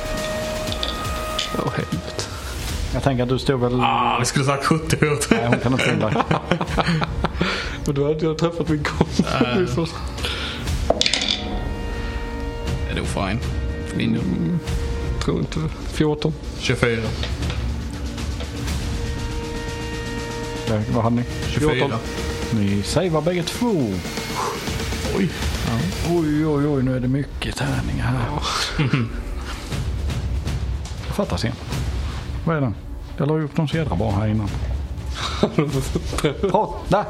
[SPEAKER 4] Åh helvete.
[SPEAKER 3] jag tänker att du står väl...
[SPEAKER 1] Ah, vi skulle sagt 70 ut.
[SPEAKER 3] Nej, hon kan inte hindra.
[SPEAKER 4] Men då hade jag träffat min kompis.
[SPEAKER 1] Det är fine.
[SPEAKER 4] tror inte 14.
[SPEAKER 1] 24.
[SPEAKER 3] Där, Vad hade ni?
[SPEAKER 1] 24.
[SPEAKER 3] Ni savear bägge två.
[SPEAKER 1] Oj.
[SPEAKER 3] Oj, oj, oj, nu är det mycket tärningar här. Jag fattar sen. Vad är den? Jag la ju upp dem så jädra bra här innan. Prata!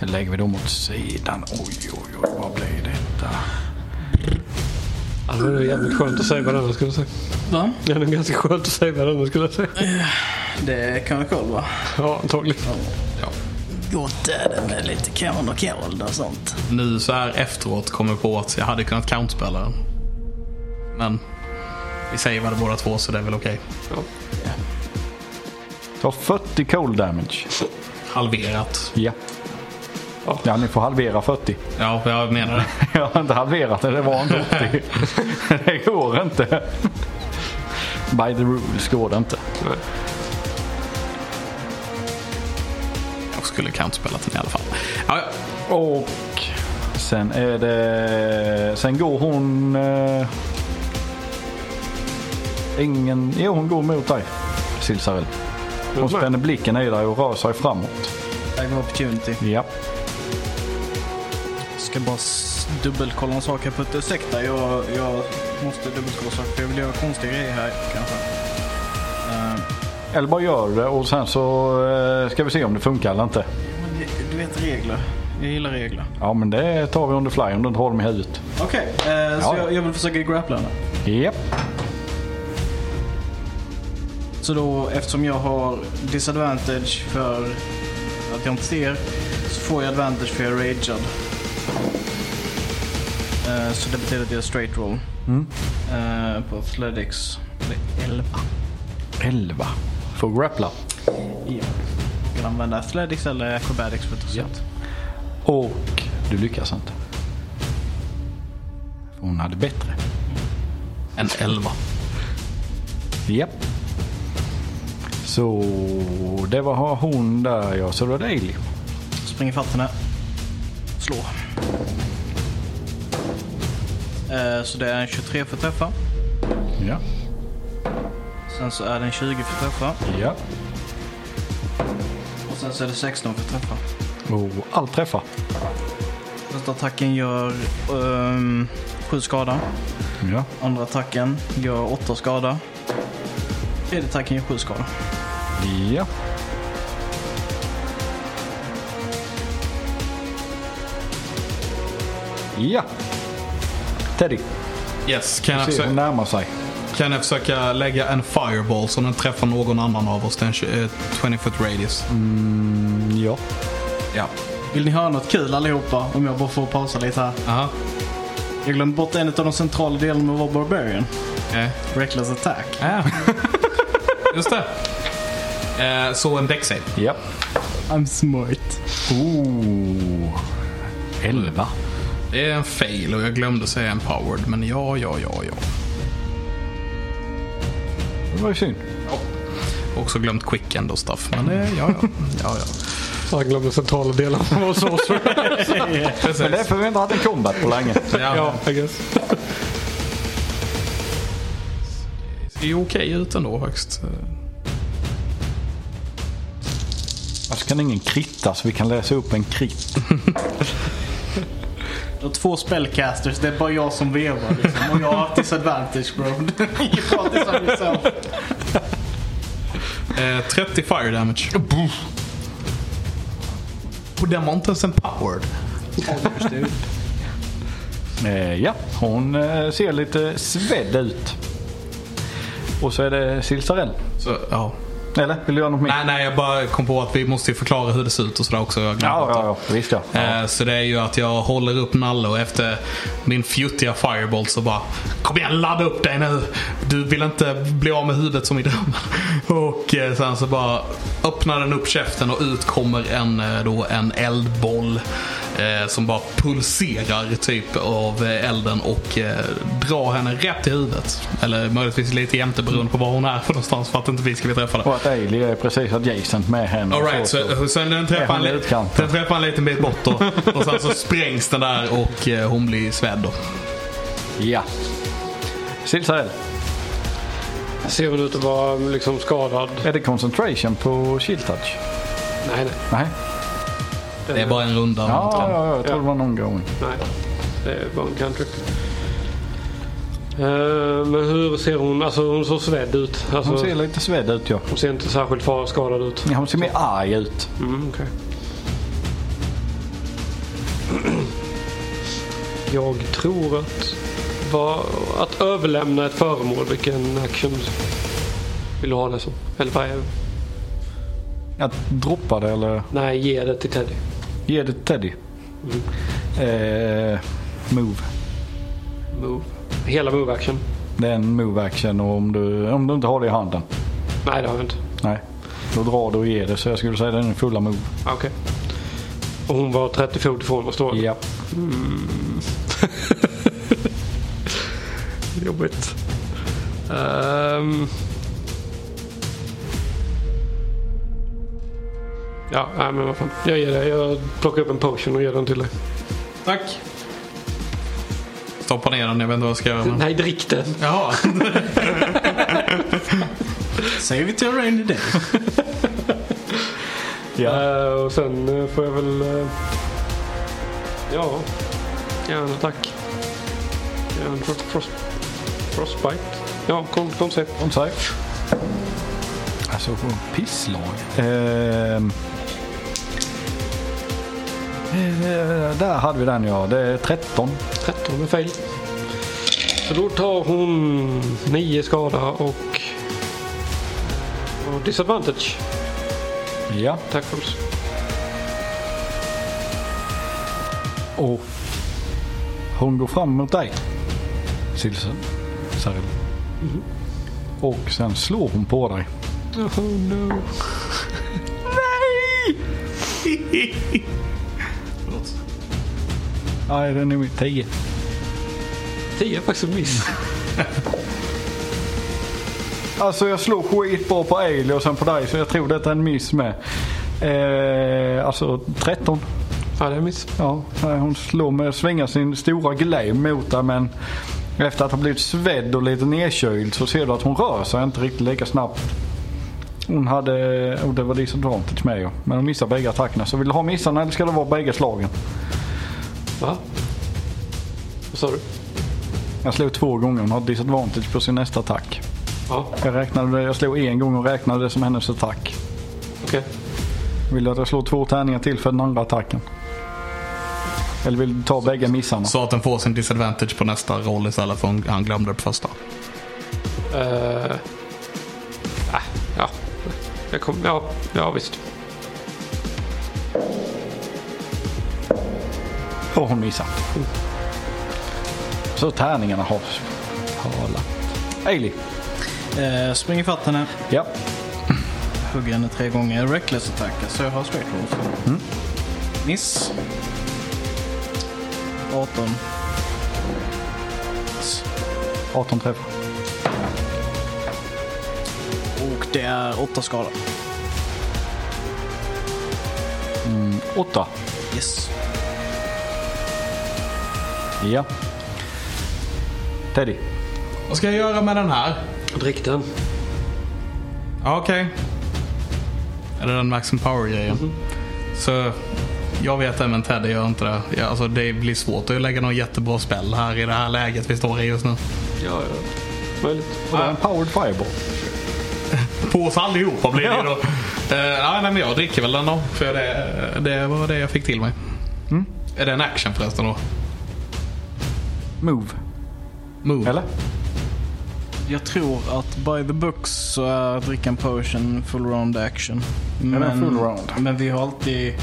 [SPEAKER 3] Nu lägger vi dem åt sidan. Oj, oj, oj, vad blev detta?
[SPEAKER 4] Alltså, det är jävligt skönt att säga vad den skulle jag säga.
[SPEAKER 2] Va?
[SPEAKER 4] Det är nog ganska skönt att säga vad den skulle jag säga.
[SPEAKER 2] Det kan jag kolla va?
[SPEAKER 4] Ja, antagligen.
[SPEAKER 2] Gott är det med lite korn och kold och sånt.
[SPEAKER 1] Nu så här efteråt kommer jag på att jag hade kunnat countspela den. Men vi säger vad det båda två så det är väl okej.
[SPEAKER 3] Ta 40 cold damage.
[SPEAKER 1] Halverat.
[SPEAKER 3] Ja. Ja, ni får halvera 40.
[SPEAKER 1] Ja, jag menar det.
[SPEAKER 3] Jag har inte halverat det, det var inte 80. Det går inte. By the rules går det inte.
[SPEAKER 1] Jag skulle countspela den i alla fall. Ja, ja.
[SPEAKER 3] Och sen är det... Sen går hon... Eh, ingen... Jo, hon går mot dig. Silsarell. Hon spänner blicken i dig och rör sig framåt.
[SPEAKER 2] Jag har opportunity.
[SPEAKER 3] Ja.
[SPEAKER 2] Ska bara s- dubbelkolla en sak här på ett ursäkta. Jag, jag måste dubbelkolla saker för jag vill göra konstiga grejer här kanske. Eh,
[SPEAKER 3] Eller bara gör det och sen så eh, ska vi se om det funkar eller inte.
[SPEAKER 2] men det- du vet regler. Jag gillar regler.
[SPEAKER 3] Ja, men det tar vi under fly om du inte håller mig i huvudet.
[SPEAKER 2] Okej, eh, så
[SPEAKER 3] Ja.
[SPEAKER 2] jag, jag vill försöka grappla henne.
[SPEAKER 3] Japp.
[SPEAKER 2] Så då, eftersom jag har disadvantage för att jag inte ser, så får jag advantage för jag är ragead. Eh, Så det betyder att jag är straight roll. Eh, På athletics. Det är 11.
[SPEAKER 3] 11. Får grappla.
[SPEAKER 2] Ja. Jag kan använda athletics eller acrobatics för att sätt.
[SPEAKER 3] Och du lyckas inte. För Hon hade bättre.
[SPEAKER 1] En elva.
[SPEAKER 3] Japp. Så det var hon där ja. Så det var det Ailey.
[SPEAKER 2] Spring ifatt henne. Slå. Eh, Så det är en 23 för att träffa.
[SPEAKER 3] Ja.
[SPEAKER 2] Sen så är det en 20 för att träffa.
[SPEAKER 3] Ja.
[SPEAKER 2] Och sen så är det 16 för att träffa.
[SPEAKER 3] Och allt träffar.
[SPEAKER 2] Första attacken gör um, 7 skada.
[SPEAKER 3] Ja.
[SPEAKER 2] Andra attacken gör 8 skada. Tredje attacken gör 7 skada.
[SPEAKER 3] Ja. Ja. Teddy,
[SPEAKER 1] Yes, kan jag,
[SPEAKER 3] se hon
[SPEAKER 1] försöka,
[SPEAKER 3] närmar sig.
[SPEAKER 1] kan jag försöka lägga en fireball så den träffar någon annan av oss. Den 20 foot eh, radius.
[SPEAKER 3] Mm. Ja.
[SPEAKER 1] Ja.
[SPEAKER 2] Vill ni höra något kul allihopa? Om jag bara får pausa lite här.
[SPEAKER 1] Aha.
[SPEAKER 2] Jag glömde bort en av de centrala delarna med att vara Barbarian.
[SPEAKER 1] okej.
[SPEAKER 2] Reckless attack.
[SPEAKER 1] Ja. Eh, Just det. Eh, Så en däcksave.
[SPEAKER 3] Ja.
[SPEAKER 2] I'm smart.
[SPEAKER 3] Oh. Elva.
[SPEAKER 1] Det är en fail och jag glömde säga en powered. Men ja, ja, ja, ja.
[SPEAKER 3] Det var ju synd.
[SPEAKER 1] Också glömt quickend och stuff. Men det, ja, ja. ja, ja.
[SPEAKER 4] Jag glömde centrala delen av vår sorcerer.
[SPEAKER 1] Precis.
[SPEAKER 3] Men det är för vi inte haft en combat på länge.
[SPEAKER 1] ja.
[SPEAKER 4] ja, I guess.
[SPEAKER 1] Det ser ju okej ut ändå högst.
[SPEAKER 3] Varför kan ingen kritta så vi kan läsa upp en krit?
[SPEAKER 2] Du har två spellcasters, det är bara jag som vevar liksom. Och jag har disadvantage bro. You can't decide yourself.
[SPEAKER 1] Eh, 30 fire damage. Och den var inte ens en powered.
[SPEAKER 3] Eh, ja, hon eh, ser lite svedd ut. Och så är det Silsarell.
[SPEAKER 1] Så, ja.
[SPEAKER 3] Eller vill du göra något mer?
[SPEAKER 1] Nej, nej, jag bara kom på att vi måste ju förklara hur det ser ut och sådär också. Jag glömde
[SPEAKER 3] Ja,
[SPEAKER 1] det.
[SPEAKER 3] ja, ja. Visst ja.
[SPEAKER 1] Eh, Så det är ju att jag håller upp Nalle och efter min fjuttiga fireball så bara Kom igen ladda upp dig nu! Du vill inte bli av med huvudet som i drömmen. Och eh, sen så bara öppnar den upp käften och ut kommer en, eh, då, en eldboll. eh, Som bara pulserar typ av eh, elden och eh, drar henne rätt i huvudet. Eller möjligtvis lite jämte beroende på var hon är för någonstans för att inte vi ska bli träffade.
[SPEAKER 3] Och att Ailey är precis adjacent med henne.
[SPEAKER 1] All right, så, så, den,
[SPEAKER 3] Ja,
[SPEAKER 1] träffar en,
[SPEAKER 3] hon är
[SPEAKER 1] li-
[SPEAKER 3] utkanten.
[SPEAKER 1] den träffar en liten bit bort då, och sen så sprängs den där och eh, hon blir svedd då.
[SPEAKER 3] Ja. Silsarell,
[SPEAKER 4] Ser hon ut att vara liksom skadad?
[SPEAKER 3] är det concentration på shield touch?
[SPEAKER 4] Nej, nej.
[SPEAKER 3] Nej.
[SPEAKER 1] Det är bara en runda.
[SPEAKER 3] Ja,
[SPEAKER 1] antar
[SPEAKER 3] ja,
[SPEAKER 1] jag.
[SPEAKER 3] Ah, ja jag tror det var någon gång.
[SPEAKER 4] nej. Det är bara en cantrip. Eh, Men hur ser hon? Alltså hon ser svedd ut. Alltså,
[SPEAKER 3] Hon ser lite svedd ut ja.
[SPEAKER 4] inte särskilt far- skadad ut.
[SPEAKER 3] ja. Hon ser mer arg ut.
[SPEAKER 4] Mm, okej. Jag tror att, va, att överlämna ett föremål, vilken action vill du ha det som? Eller vad är
[SPEAKER 3] Att droppa det eller
[SPEAKER 4] Nej, ge det till Teddy.
[SPEAKER 3] ge det till Teddy. Eh, move.
[SPEAKER 4] Move. Hela move action.
[SPEAKER 3] Det är en move action och om du, om du inte har det i handen.
[SPEAKER 4] Nej, det har jag inte.
[SPEAKER 3] Nej. Då drar du och ger det så jag skulle säga den är fulla move.
[SPEAKER 4] Ah, Okej. Och hon var 30 fot ifrån oss då?
[SPEAKER 3] Ja.
[SPEAKER 4] Jobbigt. Ehm. Ja, nej men vad fan. Jag ger dig. Jag plockar upp en potion och ger den till dig.
[SPEAKER 1] Tack. Stoppa ner den, jag vet inte vad jag ska göra. Men...
[SPEAKER 4] Nej, drick den.
[SPEAKER 1] Jaha.
[SPEAKER 2] Save it to a rainy day.
[SPEAKER 3] Ja.
[SPEAKER 4] Eh, och sen eh, får jag väl... eh, ja, gärna tack. Gärna frost, frost, frostbite. Ja, kom, kom se.
[SPEAKER 3] Som sagt. Alltså pisslag. Ehm. Eh, där hade vi den ja. Det är 13.
[SPEAKER 4] 13 är fel. Så då tar hon 9 skada och... eh, Och disadvantage.
[SPEAKER 3] Ja.
[SPEAKER 4] Tack för oss.
[SPEAKER 3] Och hon går fram mot dig. Silsen. Saril. Mm-hmm. Och sen slår hon på dig.
[SPEAKER 4] Oh no.
[SPEAKER 3] Nej, den är mitt 10.
[SPEAKER 4] 10 är faktiskt en miss.
[SPEAKER 3] Alltså jag slår skitbra på Ailey och sen på dig så jag tror detta är en miss med. Eh, alltså 13.
[SPEAKER 4] Ja, det är miss.
[SPEAKER 3] Ja, nej, hon slår med, svingar sin stora glaive mot dig men efter att ha blivit svedd och lite nedkyld så ser du att hon rör sig inte riktigt lika snabbt. Hon hade, och det var disadvantage med ju, men hon missar bägge attackerna. Så vill du ha missarna eller ska det vara bägge slagen?
[SPEAKER 4] Va? Vad sa du?
[SPEAKER 3] Jag slog två gånger, hon har disadvantage på sin nästa attack.
[SPEAKER 4] Ja,
[SPEAKER 3] Jag, räknade, jag slog en gång och räknade det som hennes attack.
[SPEAKER 4] okej.
[SPEAKER 3] Vill du att jag slår två tärningar till för den andra attacken? Eller vill du ta bägge missarna?
[SPEAKER 1] Så att den får sin disadvantage på nästa roll istället för hon- han glömde det på första.
[SPEAKER 4] Eh, äh, ja. Jag kom, ja, ja, visst.
[SPEAKER 3] Och hon missar. Så tärningarna har talat. Ailey.
[SPEAKER 2] Eh, spring ifatt henne,
[SPEAKER 3] Ja.
[SPEAKER 2] hugger henne tre gånger. Reckless attack, så jag har straight rolls. Miss. 18.
[SPEAKER 3] 18 träffar.
[SPEAKER 2] Och det är 8 skada.
[SPEAKER 3] 8.
[SPEAKER 2] Yes.
[SPEAKER 3] Ja. Teddy.
[SPEAKER 1] Vad ska jag göra med den här?
[SPEAKER 4] Drick den.
[SPEAKER 1] Ja, Okej. Är det den Maxim Power-grejen? Så jag vet det, men Teddy gör inte det. Ja, alltså, det blir svårt att lägga någon jättebra spel här i det här läget vi står i just nu.
[SPEAKER 4] Ja, ja. Möjligt.
[SPEAKER 3] Och det är en powered fireball.
[SPEAKER 1] På oss allihopa blir det ju då. Eh, ja, nej, men jag dricker väl den då. För det, det var det jag fick till mig.
[SPEAKER 3] Mm.
[SPEAKER 1] Är det en action förresten då?
[SPEAKER 3] Move.
[SPEAKER 1] Move.
[SPEAKER 3] Eller?
[SPEAKER 2] Jag tror att by the books så är dricka en potion full round action.
[SPEAKER 3] den full round?
[SPEAKER 2] men vi har alltid,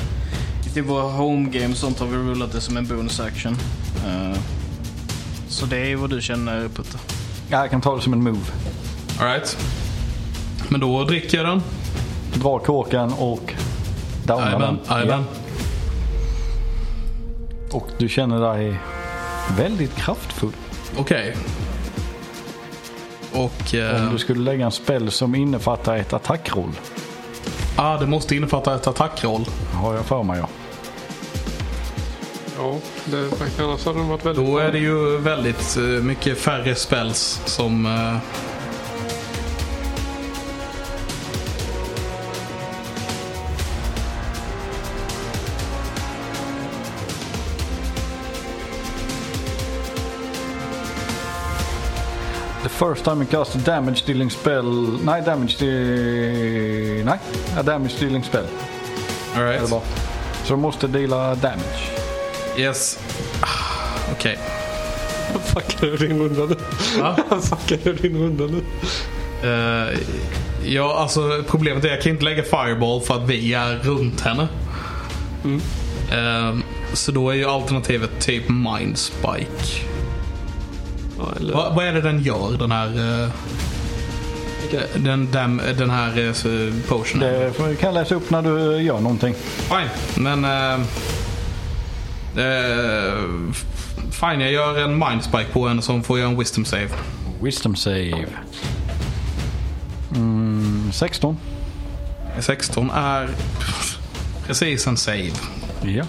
[SPEAKER 2] i våra home games sånt har vi rullat det som en bonus action. Eh, så det är vad du känner Putte.
[SPEAKER 3] Ja, jag kan ta det som en move.
[SPEAKER 1] Alright. Men då dricker jag den.
[SPEAKER 3] Dra kåken och downa
[SPEAKER 1] Jajamän.
[SPEAKER 3] den.
[SPEAKER 1] Jajamän.
[SPEAKER 3] Och du känner dig väldigt kraftfull.
[SPEAKER 1] Okej. Och...
[SPEAKER 3] Om
[SPEAKER 1] Eh,
[SPEAKER 3] du skulle lägga en spel som innefattar ett attackroll.
[SPEAKER 1] ah, det måste innefatta ett attackroll.
[SPEAKER 3] Har jag för mig ja.
[SPEAKER 4] Ja, det verkar annars hade den varit väldigt...
[SPEAKER 1] Då är det ju väldigt eh, mycket färre spells som... eh,
[SPEAKER 3] The first time you cast a damage dealing spell. Nej, damage de... Nej, a damage dealing spell.
[SPEAKER 1] Alright.
[SPEAKER 3] Eller vad? Så du måste deala damage.
[SPEAKER 1] Yes. Ah, Okej.
[SPEAKER 4] Han fuckade ur din runda nu.
[SPEAKER 1] Va?
[SPEAKER 4] Han fuckade ur din runda nu.
[SPEAKER 1] Eh, ja, alltså problemet är att jag kan inte lägga fireball för att vi är runt henne.
[SPEAKER 4] Mm.
[SPEAKER 1] Eh, så då är ju alternativet typ mindspike.
[SPEAKER 4] Ja, eller...
[SPEAKER 1] Va, vad är det den gör, den här... eh,
[SPEAKER 4] Vilken?
[SPEAKER 1] den, dam, den här uh, potionen?
[SPEAKER 3] Det får- Eh, kan jag läsa upp när du gör någonting.
[SPEAKER 1] Fine, men... eh, eh, f- fine, jag gör en mindspike på henne som får göra en wisdom save.
[SPEAKER 3] Wisdom save. Mm, 16.
[SPEAKER 1] 16 är precis en save.
[SPEAKER 3] Ja.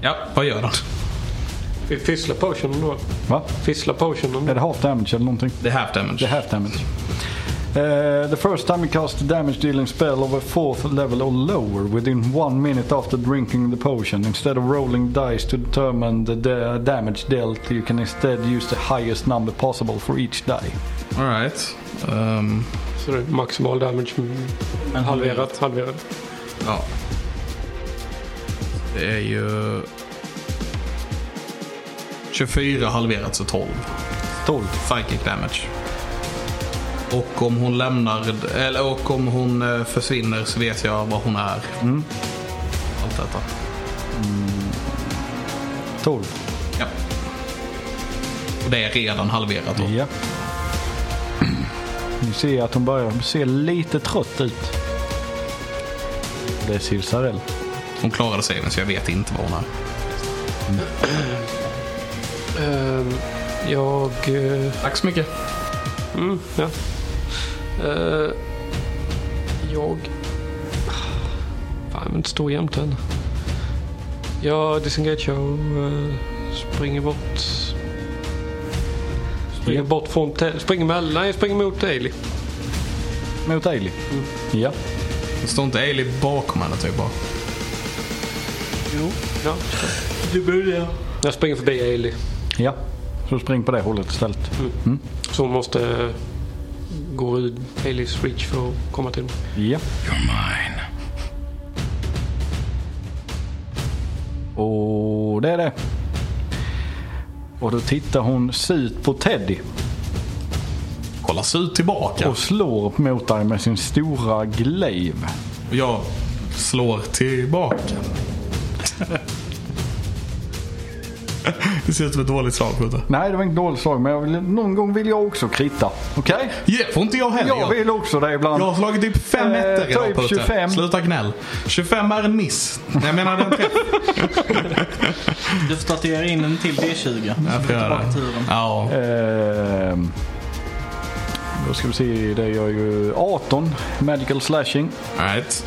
[SPEAKER 1] Ja, vad gör den?
[SPEAKER 4] Vi Fisslar potionen då.
[SPEAKER 3] Va?
[SPEAKER 4] Fisslar potionen.
[SPEAKER 3] Är det half damage eller någonting?
[SPEAKER 1] Det är half damage.
[SPEAKER 3] Det är half damage. Eh, the first time you cast a damage dealing spell of a fourth level or lower within one minute after drinking the potion. Instead of rolling dice to determine the, the damage dealt you can instead use the highest number possible for each die.
[SPEAKER 1] Alright. Ehm,
[SPEAKER 4] Så det är maximal damage. mm,
[SPEAKER 2] Men
[SPEAKER 4] Halverat. Halverat.
[SPEAKER 1] ja. Det är ju... 24 halverat så 12.
[SPEAKER 3] 12.
[SPEAKER 1] Psychic damage. Och om hon lämnar, eller och om hon eh, försvinner så vet jag var hon är.
[SPEAKER 3] Mm.
[SPEAKER 1] Allt detta.
[SPEAKER 3] 12.
[SPEAKER 1] Ja. Och det är redan halverat då.
[SPEAKER 3] Ja. Ni ser att hon börjar se lite trött ut. Det är Silsarell.
[SPEAKER 1] Hon klarade sig men så jag vet inte var hon är.
[SPEAKER 4] Ehm, jag... eh,
[SPEAKER 1] Tack så mycket.
[SPEAKER 4] Mm, ja. Eh, jag... Fan, jag vill inte stå jämte henne. Jag disengagear och eh, springer bort. Springer bort från... Te- springer med, nej, jag springer mot Daily.
[SPEAKER 3] Mot Ailey? Ja.
[SPEAKER 1] Det står inte Ailey bakom henne typ bara?
[SPEAKER 4] Ja.
[SPEAKER 2] Du börjar.
[SPEAKER 4] Jag springer förbi Ailey.
[SPEAKER 3] Ja. Så spring på det hållet istället.
[SPEAKER 4] Så hon måste eh, gå ur Aileys reach för att komma till mig.
[SPEAKER 3] Ja. Och det är det. Och då tittar hon surt på Teddy
[SPEAKER 1] Kolla surt tillbaka.
[SPEAKER 3] och slår mot dig med sin stora glaive.
[SPEAKER 1] Jag slår tillbaka. det ser ut som ett dåligt slag Putte.
[SPEAKER 3] Nej, det var inget dåligt slag men jag vill, någon gång vill jag också kritta. Okej?
[SPEAKER 1] Ja, får inte jag heller
[SPEAKER 3] Jag
[SPEAKER 1] jag,
[SPEAKER 3] vill också det ibland.
[SPEAKER 1] jag har slagit typ fem
[SPEAKER 3] Eh,
[SPEAKER 1] ettor idag
[SPEAKER 3] typ
[SPEAKER 1] Putte.
[SPEAKER 3] 25.
[SPEAKER 1] Sluta gnäll. 25 är en miss. Nej, Jag menar den träff.
[SPEAKER 2] Du får tatuera in en till D20.
[SPEAKER 1] Jag får göra det. Ja.
[SPEAKER 3] Ehm, då ska vi se, det gör ju 18 Magical Slashing.
[SPEAKER 1] Right.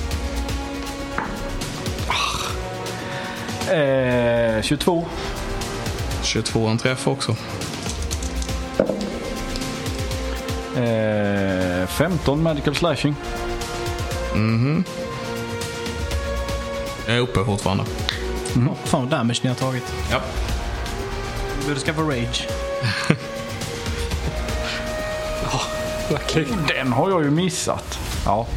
[SPEAKER 3] Eh, 22.
[SPEAKER 1] 22 en träff också.
[SPEAKER 3] Eh, 15 Magical Slashing.
[SPEAKER 1] Jag är uppe fortfarande.
[SPEAKER 2] Mm. Fan vad damage ni har tagit.
[SPEAKER 1] Ja.
[SPEAKER 2] Du borde skaffa rage.
[SPEAKER 4] Verkligen.
[SPEAKER 3] Den har jag ju missat. Ja.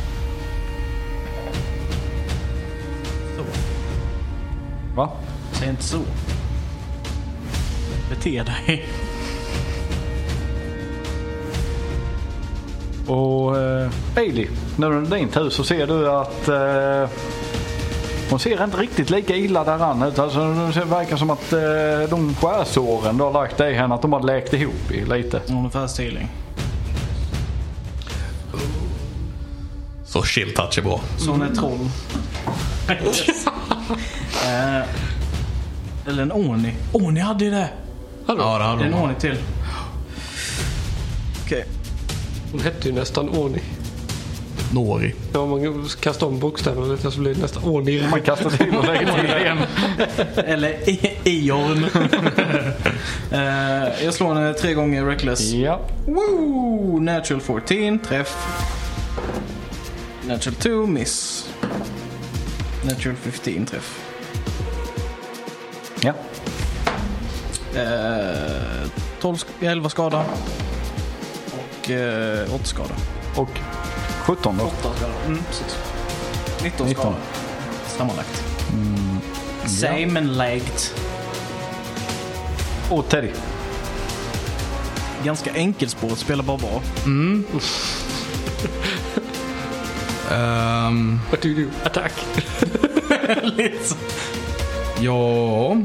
[SPEAKER 3] Va?
[SPEAKER 2] Säg inte så. Bete dig.
[SPEAKER 3] Och eh, Ailey, när du är din tur så ser du att eh, hon ser inte riktigt lika illa däran ut. Alltså, det ser- verkar som att eh, de skärsåren du har lagt i henne, att de har läkt ihop i lite.
[SPEAKER 2] Hon är fast healing.
[SPEAKER 1] Så chill touch är bra.
[SPEAKER 2] Så hon är ett troll. Eh, eller en Oni. Oni hade ju det.
[SPEAKER 1] Ja, det
[SPEAKER 2] Det
[SPEAKER 1] hade
[SPEAKER 2] är en
[SPEAKER 1] hon.
[SPEAKER 2] Oni till. Okej.
[SPEAKER 4] Hon hette ju nästan Orni.
[SPEAKER 1] Nori.
[SPEAKER 4] Ja, om man kastar om bokstäverna lite så blir det nästan Orni.
[SPEAKER 3] Man kastar till och lägger till igen.
[SPEAKER 2] Eller i- Iorn. Eh, jag slår henne tre gånger reckless.
[SPEAKER 3] Ja.
[SPEAKER 2] Woo! Natural 14, träff. Natural 2, miss. Natural 15, träff.
[SPEAKER 3] ja.
[SPEAKER 2] Eh, 12, sk- 11 skada. Och eh, 8 skada.
[SPEAKER 3] Och 17 då.
[SPEAKER 2] 8 skada. Mm, precis. 19,
[SPEAKER 3] 19.
[SPEAKER 2] skada. Sammanlagt. Same and lagt.
[SPEAKER 3] Och Teddy.
[SPEAKER 2] Ganska enkelspårigt, spelar bara bra.
[SPEAKER 1] Ehm,
[SPEAKER 4] What do you do? Attack!
[SPEAKER 2] Lite.
[SPEAKER 1] Ja...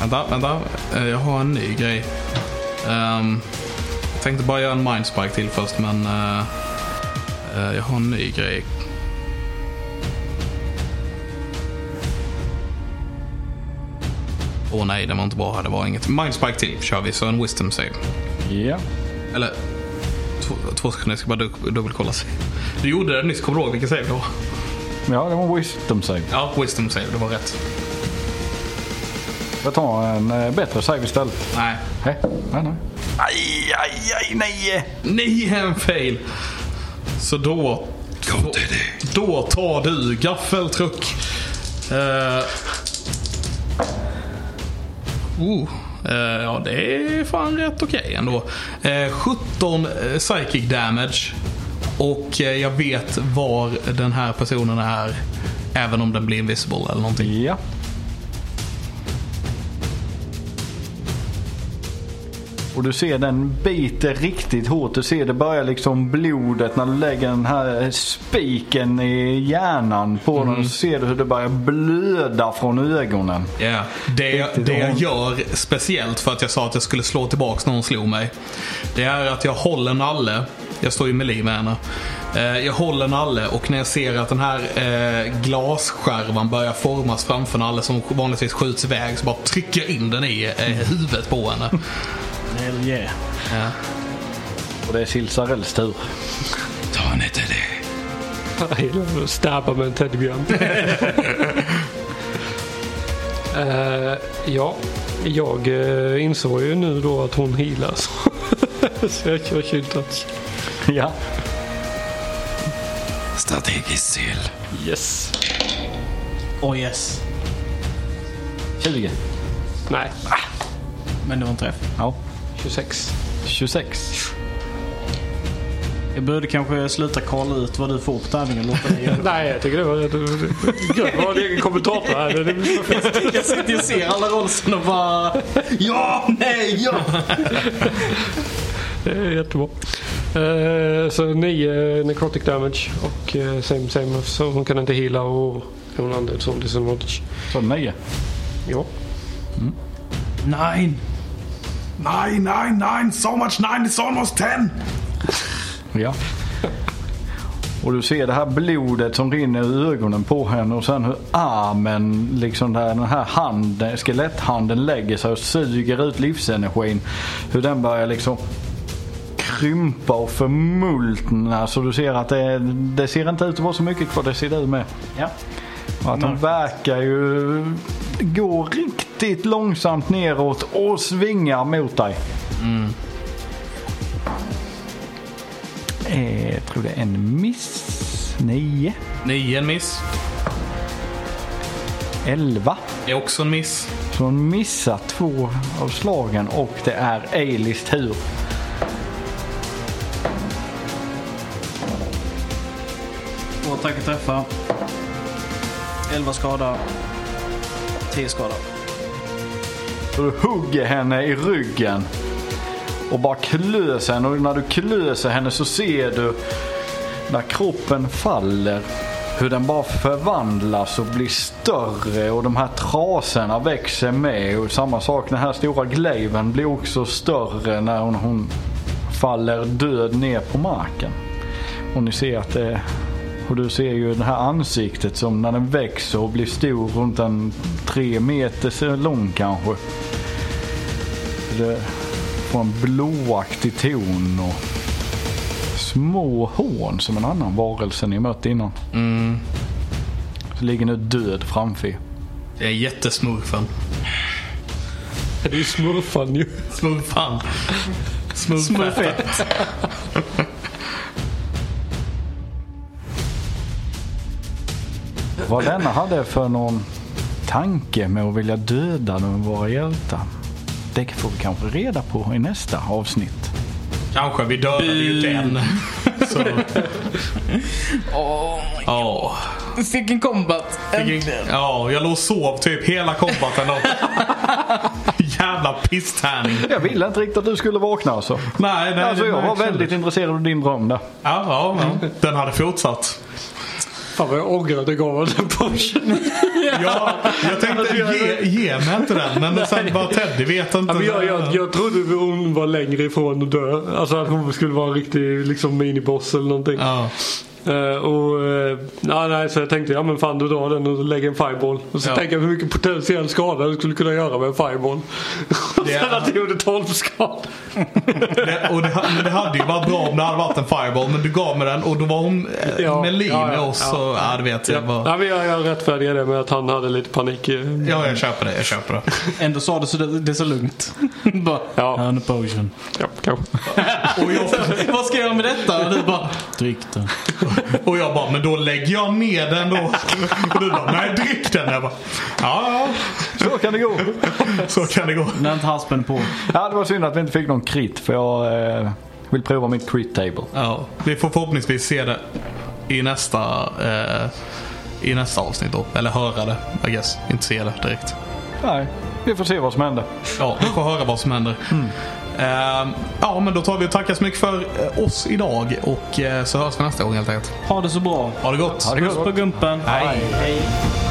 [SPEAKER 1] Vänta, vänta. Eh, Jag har en ny grej. Ehm, jag tänkte bara göra en mindspike till först, men... eh, eh, jag har en ny grej. Åh nej, det var inte bra. Det var inget. Mindspike till kör vi, så en wisdom save.
[SPEAKER 3] Ja.
[SPEAKER 1] Eller... Två, två sekunder, jag ska bara du- dubbelkolla. sig. Du gjorde det nyss, kommer du ihåg vilken save det var?
[SPEAKER 3] Ja, det var wisdom save.
[SPEAKER 1] Ja, wisdom save, det var rätt.
[SPEAKER 3] Jag tar en eh, bättre save istället.
[SPEAKER 1] Nej,
[SPEAKER 3] Hä? Nej, nej.
[SPEAKER 1] Aj, aj, aj, nej! Nej, en fail. Så då... Då tar du gaffeltruck. Uh, oh, eh, ja, det är fan rätt okej ändå. Eh, 17 eh, psychic damage. Och eh, jag vet var den här personen är. Även om den blir invisible eller någonting.
[SPEAKER 3] Ja. Och du ser den biter riktigt hårt. Du ser det börjar liksom blodet när du lägger den här spiken i hjärnan på den. Så ser du hur det börjar blöda från ögonen.
[SPEAKER 1] Ja, Det, jag,
[SPEAKER 3] Riktigt
[SPEAKER 1] det jag
[SPEAKER 3] ont.
[SPEAKER 1] gör speciellt för att jag sa att jag skulle slå tillbaks när hon slog mig. Det är att jag håller Nalle. Jag står ju med liv med henne. Eh, Jag håller Nalle och när jag ser att den här eh, glasskärvan börjar formas framför Nalle som vanligtvis skjuts iväg så bara trycker jag in den i eh, huvudet på henne.
[SPEAKER 2] Hell yeah.
[SPEAKER 1] Ja.
[SPEAKER 3] Och det är Silsarells tur.
[SPEAKER 1] Ta inte det.
[SPEAKER 4] Stabba med en teddybjörn. Eh, ja, jag eh, insåg ju nu då att hon healar. så- Så jag kör chill touch.
[SPEAKER 3] Ja.
[SPEAKER 6] Strategisk sill.
[SPEAKER 4] Yes.
[SPEAKER 2] Oh yes.
[SPEAKER 3] 20.
[SPEAKER 4] Nej, ah,
[SPEAKER 2] Men det var en träff.
[SPEAKER 3] Ja.
[SPEAKER 4] 26.
[SPEAKER 3] 26.
[SPEAKER 2] Jag borde kanske sluta kolla ut vad du får på tärningen och låta dig göra det.
[SPEAKER 4] Nej, jag tycker det var rätt. Gud, jag har en egen kommentator här. Det blir perfekt.
[SPEAKER 2] Jag sitter ju och ser alla rollsen och bara... Ja, nej, ja!
[SPEAKER 4] Det är jättebra. Eh, så 9 necrotic damage och eh, same same. Så hon kan inte heala och hon landar ett sånt disadvantage.
[SPEAKER 3] Så 9.
[SPEAKER 4] Ja.
[SPEAKER 2] Nej.
[SPEAKER 1] Nine, nine, nine, so much nine, it's almost ten!
[SPEAKER 3] Ja. Och du ser det här blodet som rinner ur ögonen på henne och sen hur armen, liksom där den här handen, skeletthanden lägger sig och suger ut livsenergin. Hur den börjar liksom krympa och förmultna så du ser att det, det ser inte ut att vara så mycket kvar, det ser du med. Ja. Och att hon verkar ju gå riktigt långsamt neråt och svingar mot dig. Eh, jag tror det är en miss. Nio.
[SPEAKER 1] Nio, en miss.
[SPEAKER 3] Elva.
[SPEAKER 1] Det är också en miss.
[SPEAKER 3] Så hon missar två av slagen och det är Eilis tur.
[SPEAKER 2] Och tack och träffa. 11 skada. 10 skada.
[SPEAKER 3] Så du hugger henne i ryggen och bara klöser henne och när du klöser henne så ser du när kroppen faller hur den bara förvandlas och blir större och de här trasorna växer med och samma sak den här stora glaiven blir också större när hon, hon faller död ner på marken. Och ni ser att det och du ser ju det här ansiktet som när den växer och blir stor runt en tre meter så lång kanske. Det får en blåaktig ton och små hån som en annan varelse ni mött innan.
[SPEAKER 1] Mm.
[SPEAKER 3] Så ligger nu död framför er.
[SPEAKER 1] Det är jättesmurfen.
[SPEAKER 4] Det är ju smurfan ju.
[SPEAKER 1] Smurfan. Smurfett.
[SPEAKER 3] Vad denna hade för någon tanke med att vilja döda de våra hjältar. Det får vi kanske reda på i nästa avsnitt.
[SPEAKER 1] Kanske, vi dödade ju den. Så. Ja.
[SPEAKER 2] Fick en combat.
[SPEAKER 1] Ja, jag låg och sov typ hela kombaten. Och... Jävla pisstärning.
[SPEAKER 3] Jag ville inte riktigt att du skulle vakna alltså.
[SPEAKER 1] Nej, nej.
[SPEAKER 3] Alltså
[SPEAKER 1] det
[SPEAKER 3] jag var
[SPEAKER 1] märks
[SPEAKER 3] väldigt
[SPEAKER 1] inte.
[SPEAKER 3] intresserad av din dröm där.
[SPEAKER 1] Ja, ja, ja. Den hade fortsatt.
[SPEAKER 4] Fan vad jag ångrar att jag gav honom den Alltså, pushen.
[SPEAKER 1] Ja, jag tänkte ge, ge mig inte den. Men sen bara Teddy vet inte.
[SPEAKER 4] Ja, men jag, jag, jag trodde hon var längre ifrån att dö. Alltså att hon skulle vara en riktig liksom, miniboss eller någonting.
[SPEAKER 1] Ja.
[SPEAKER 4] Eh, och, eh, ja, nej, så jag tänkte ja men fan du drar den och lägger en fireball. Och så
[SPEAKER 1] Ja.
[SPEAKER 4] tänker jag hur mycket potentiell skada du skulle kunna göra med en fireball. Och
[SPEAKER 1] Det är-
[SPEAKER 4] sen att det gjorde 12 skada.
[SPEAKER 1] Det, och det, men det hade ju varit bra om det hade varit en fireball. Men du gav mig den och då var hon eh,
[SPEAKER 4] Ja,
[SPEAKER 1] med liv
[SPEAKER 4] ja, ja,
[SPEAKER 1] med oss.
[SPEAKER 4] ja.
[SPEAKER 1] och, ja, du vet. Jag,
[SPEAKER 4] Ja.
[SPEAKER 1] bara,
[SPEAKER 4] Nej, men jag, jag rättfärdigar det med att han hade lite panik. eh.
[SPEAKER 1] ja, jag köper det. Jag köper det.
[SPEAKER 2] Ändå sa du så det, det är så lugnt. bara,
[SPEAKER 4] Ja.
[SPEAKER 2] "Ja, en potion.
[SPEAKER 4] Ja, kanske.
[SPEAKER 1] Och jag,
[SPEAKER 2] Vad ska jag göra med detta? Och du bara, drick den.
[SPEAKER 1] Och jag bara, men då lägger jag ner den då. Och du bara, nej drick den. Jag bara, ja,
[SPEAKER 3] Så kan det gå.
[SPEAKER 1] ja, så kan det gå.
[SPEAKER 2] När inte haspen på.
[SPEAKER 3] Ja, det var synd att vi inte fick någon crit för jag eh, vill prova mitt crit table.
[SPEAKER 1] Ja, vi får förhoppningsvis se det i nästa, eh, i nästa avsnitt då. Eller höra det, I guess. Inte se det direkt.
[SPEAKER 3] Nej, vi får se vad som händer.
[SPEAKER 1] Ja, vi får höra vad som händer. Ehm, ja, men då tar vi och tackar så mycket för eh, oss idag. Och eh, så hörs vi nästa gång helt enkelt.
[SPEAKER 2] Ha det så bra.
[SPEAKER 1] Ha det gott!
[SPEAKER 3] Ha det
[SPEAKER 2] Puss
[SPEAKER 3] gott.
[SPEAKER 2] på gumpen.
[SPEAKER 1] Hej.
[SPEAKER 2] Hej.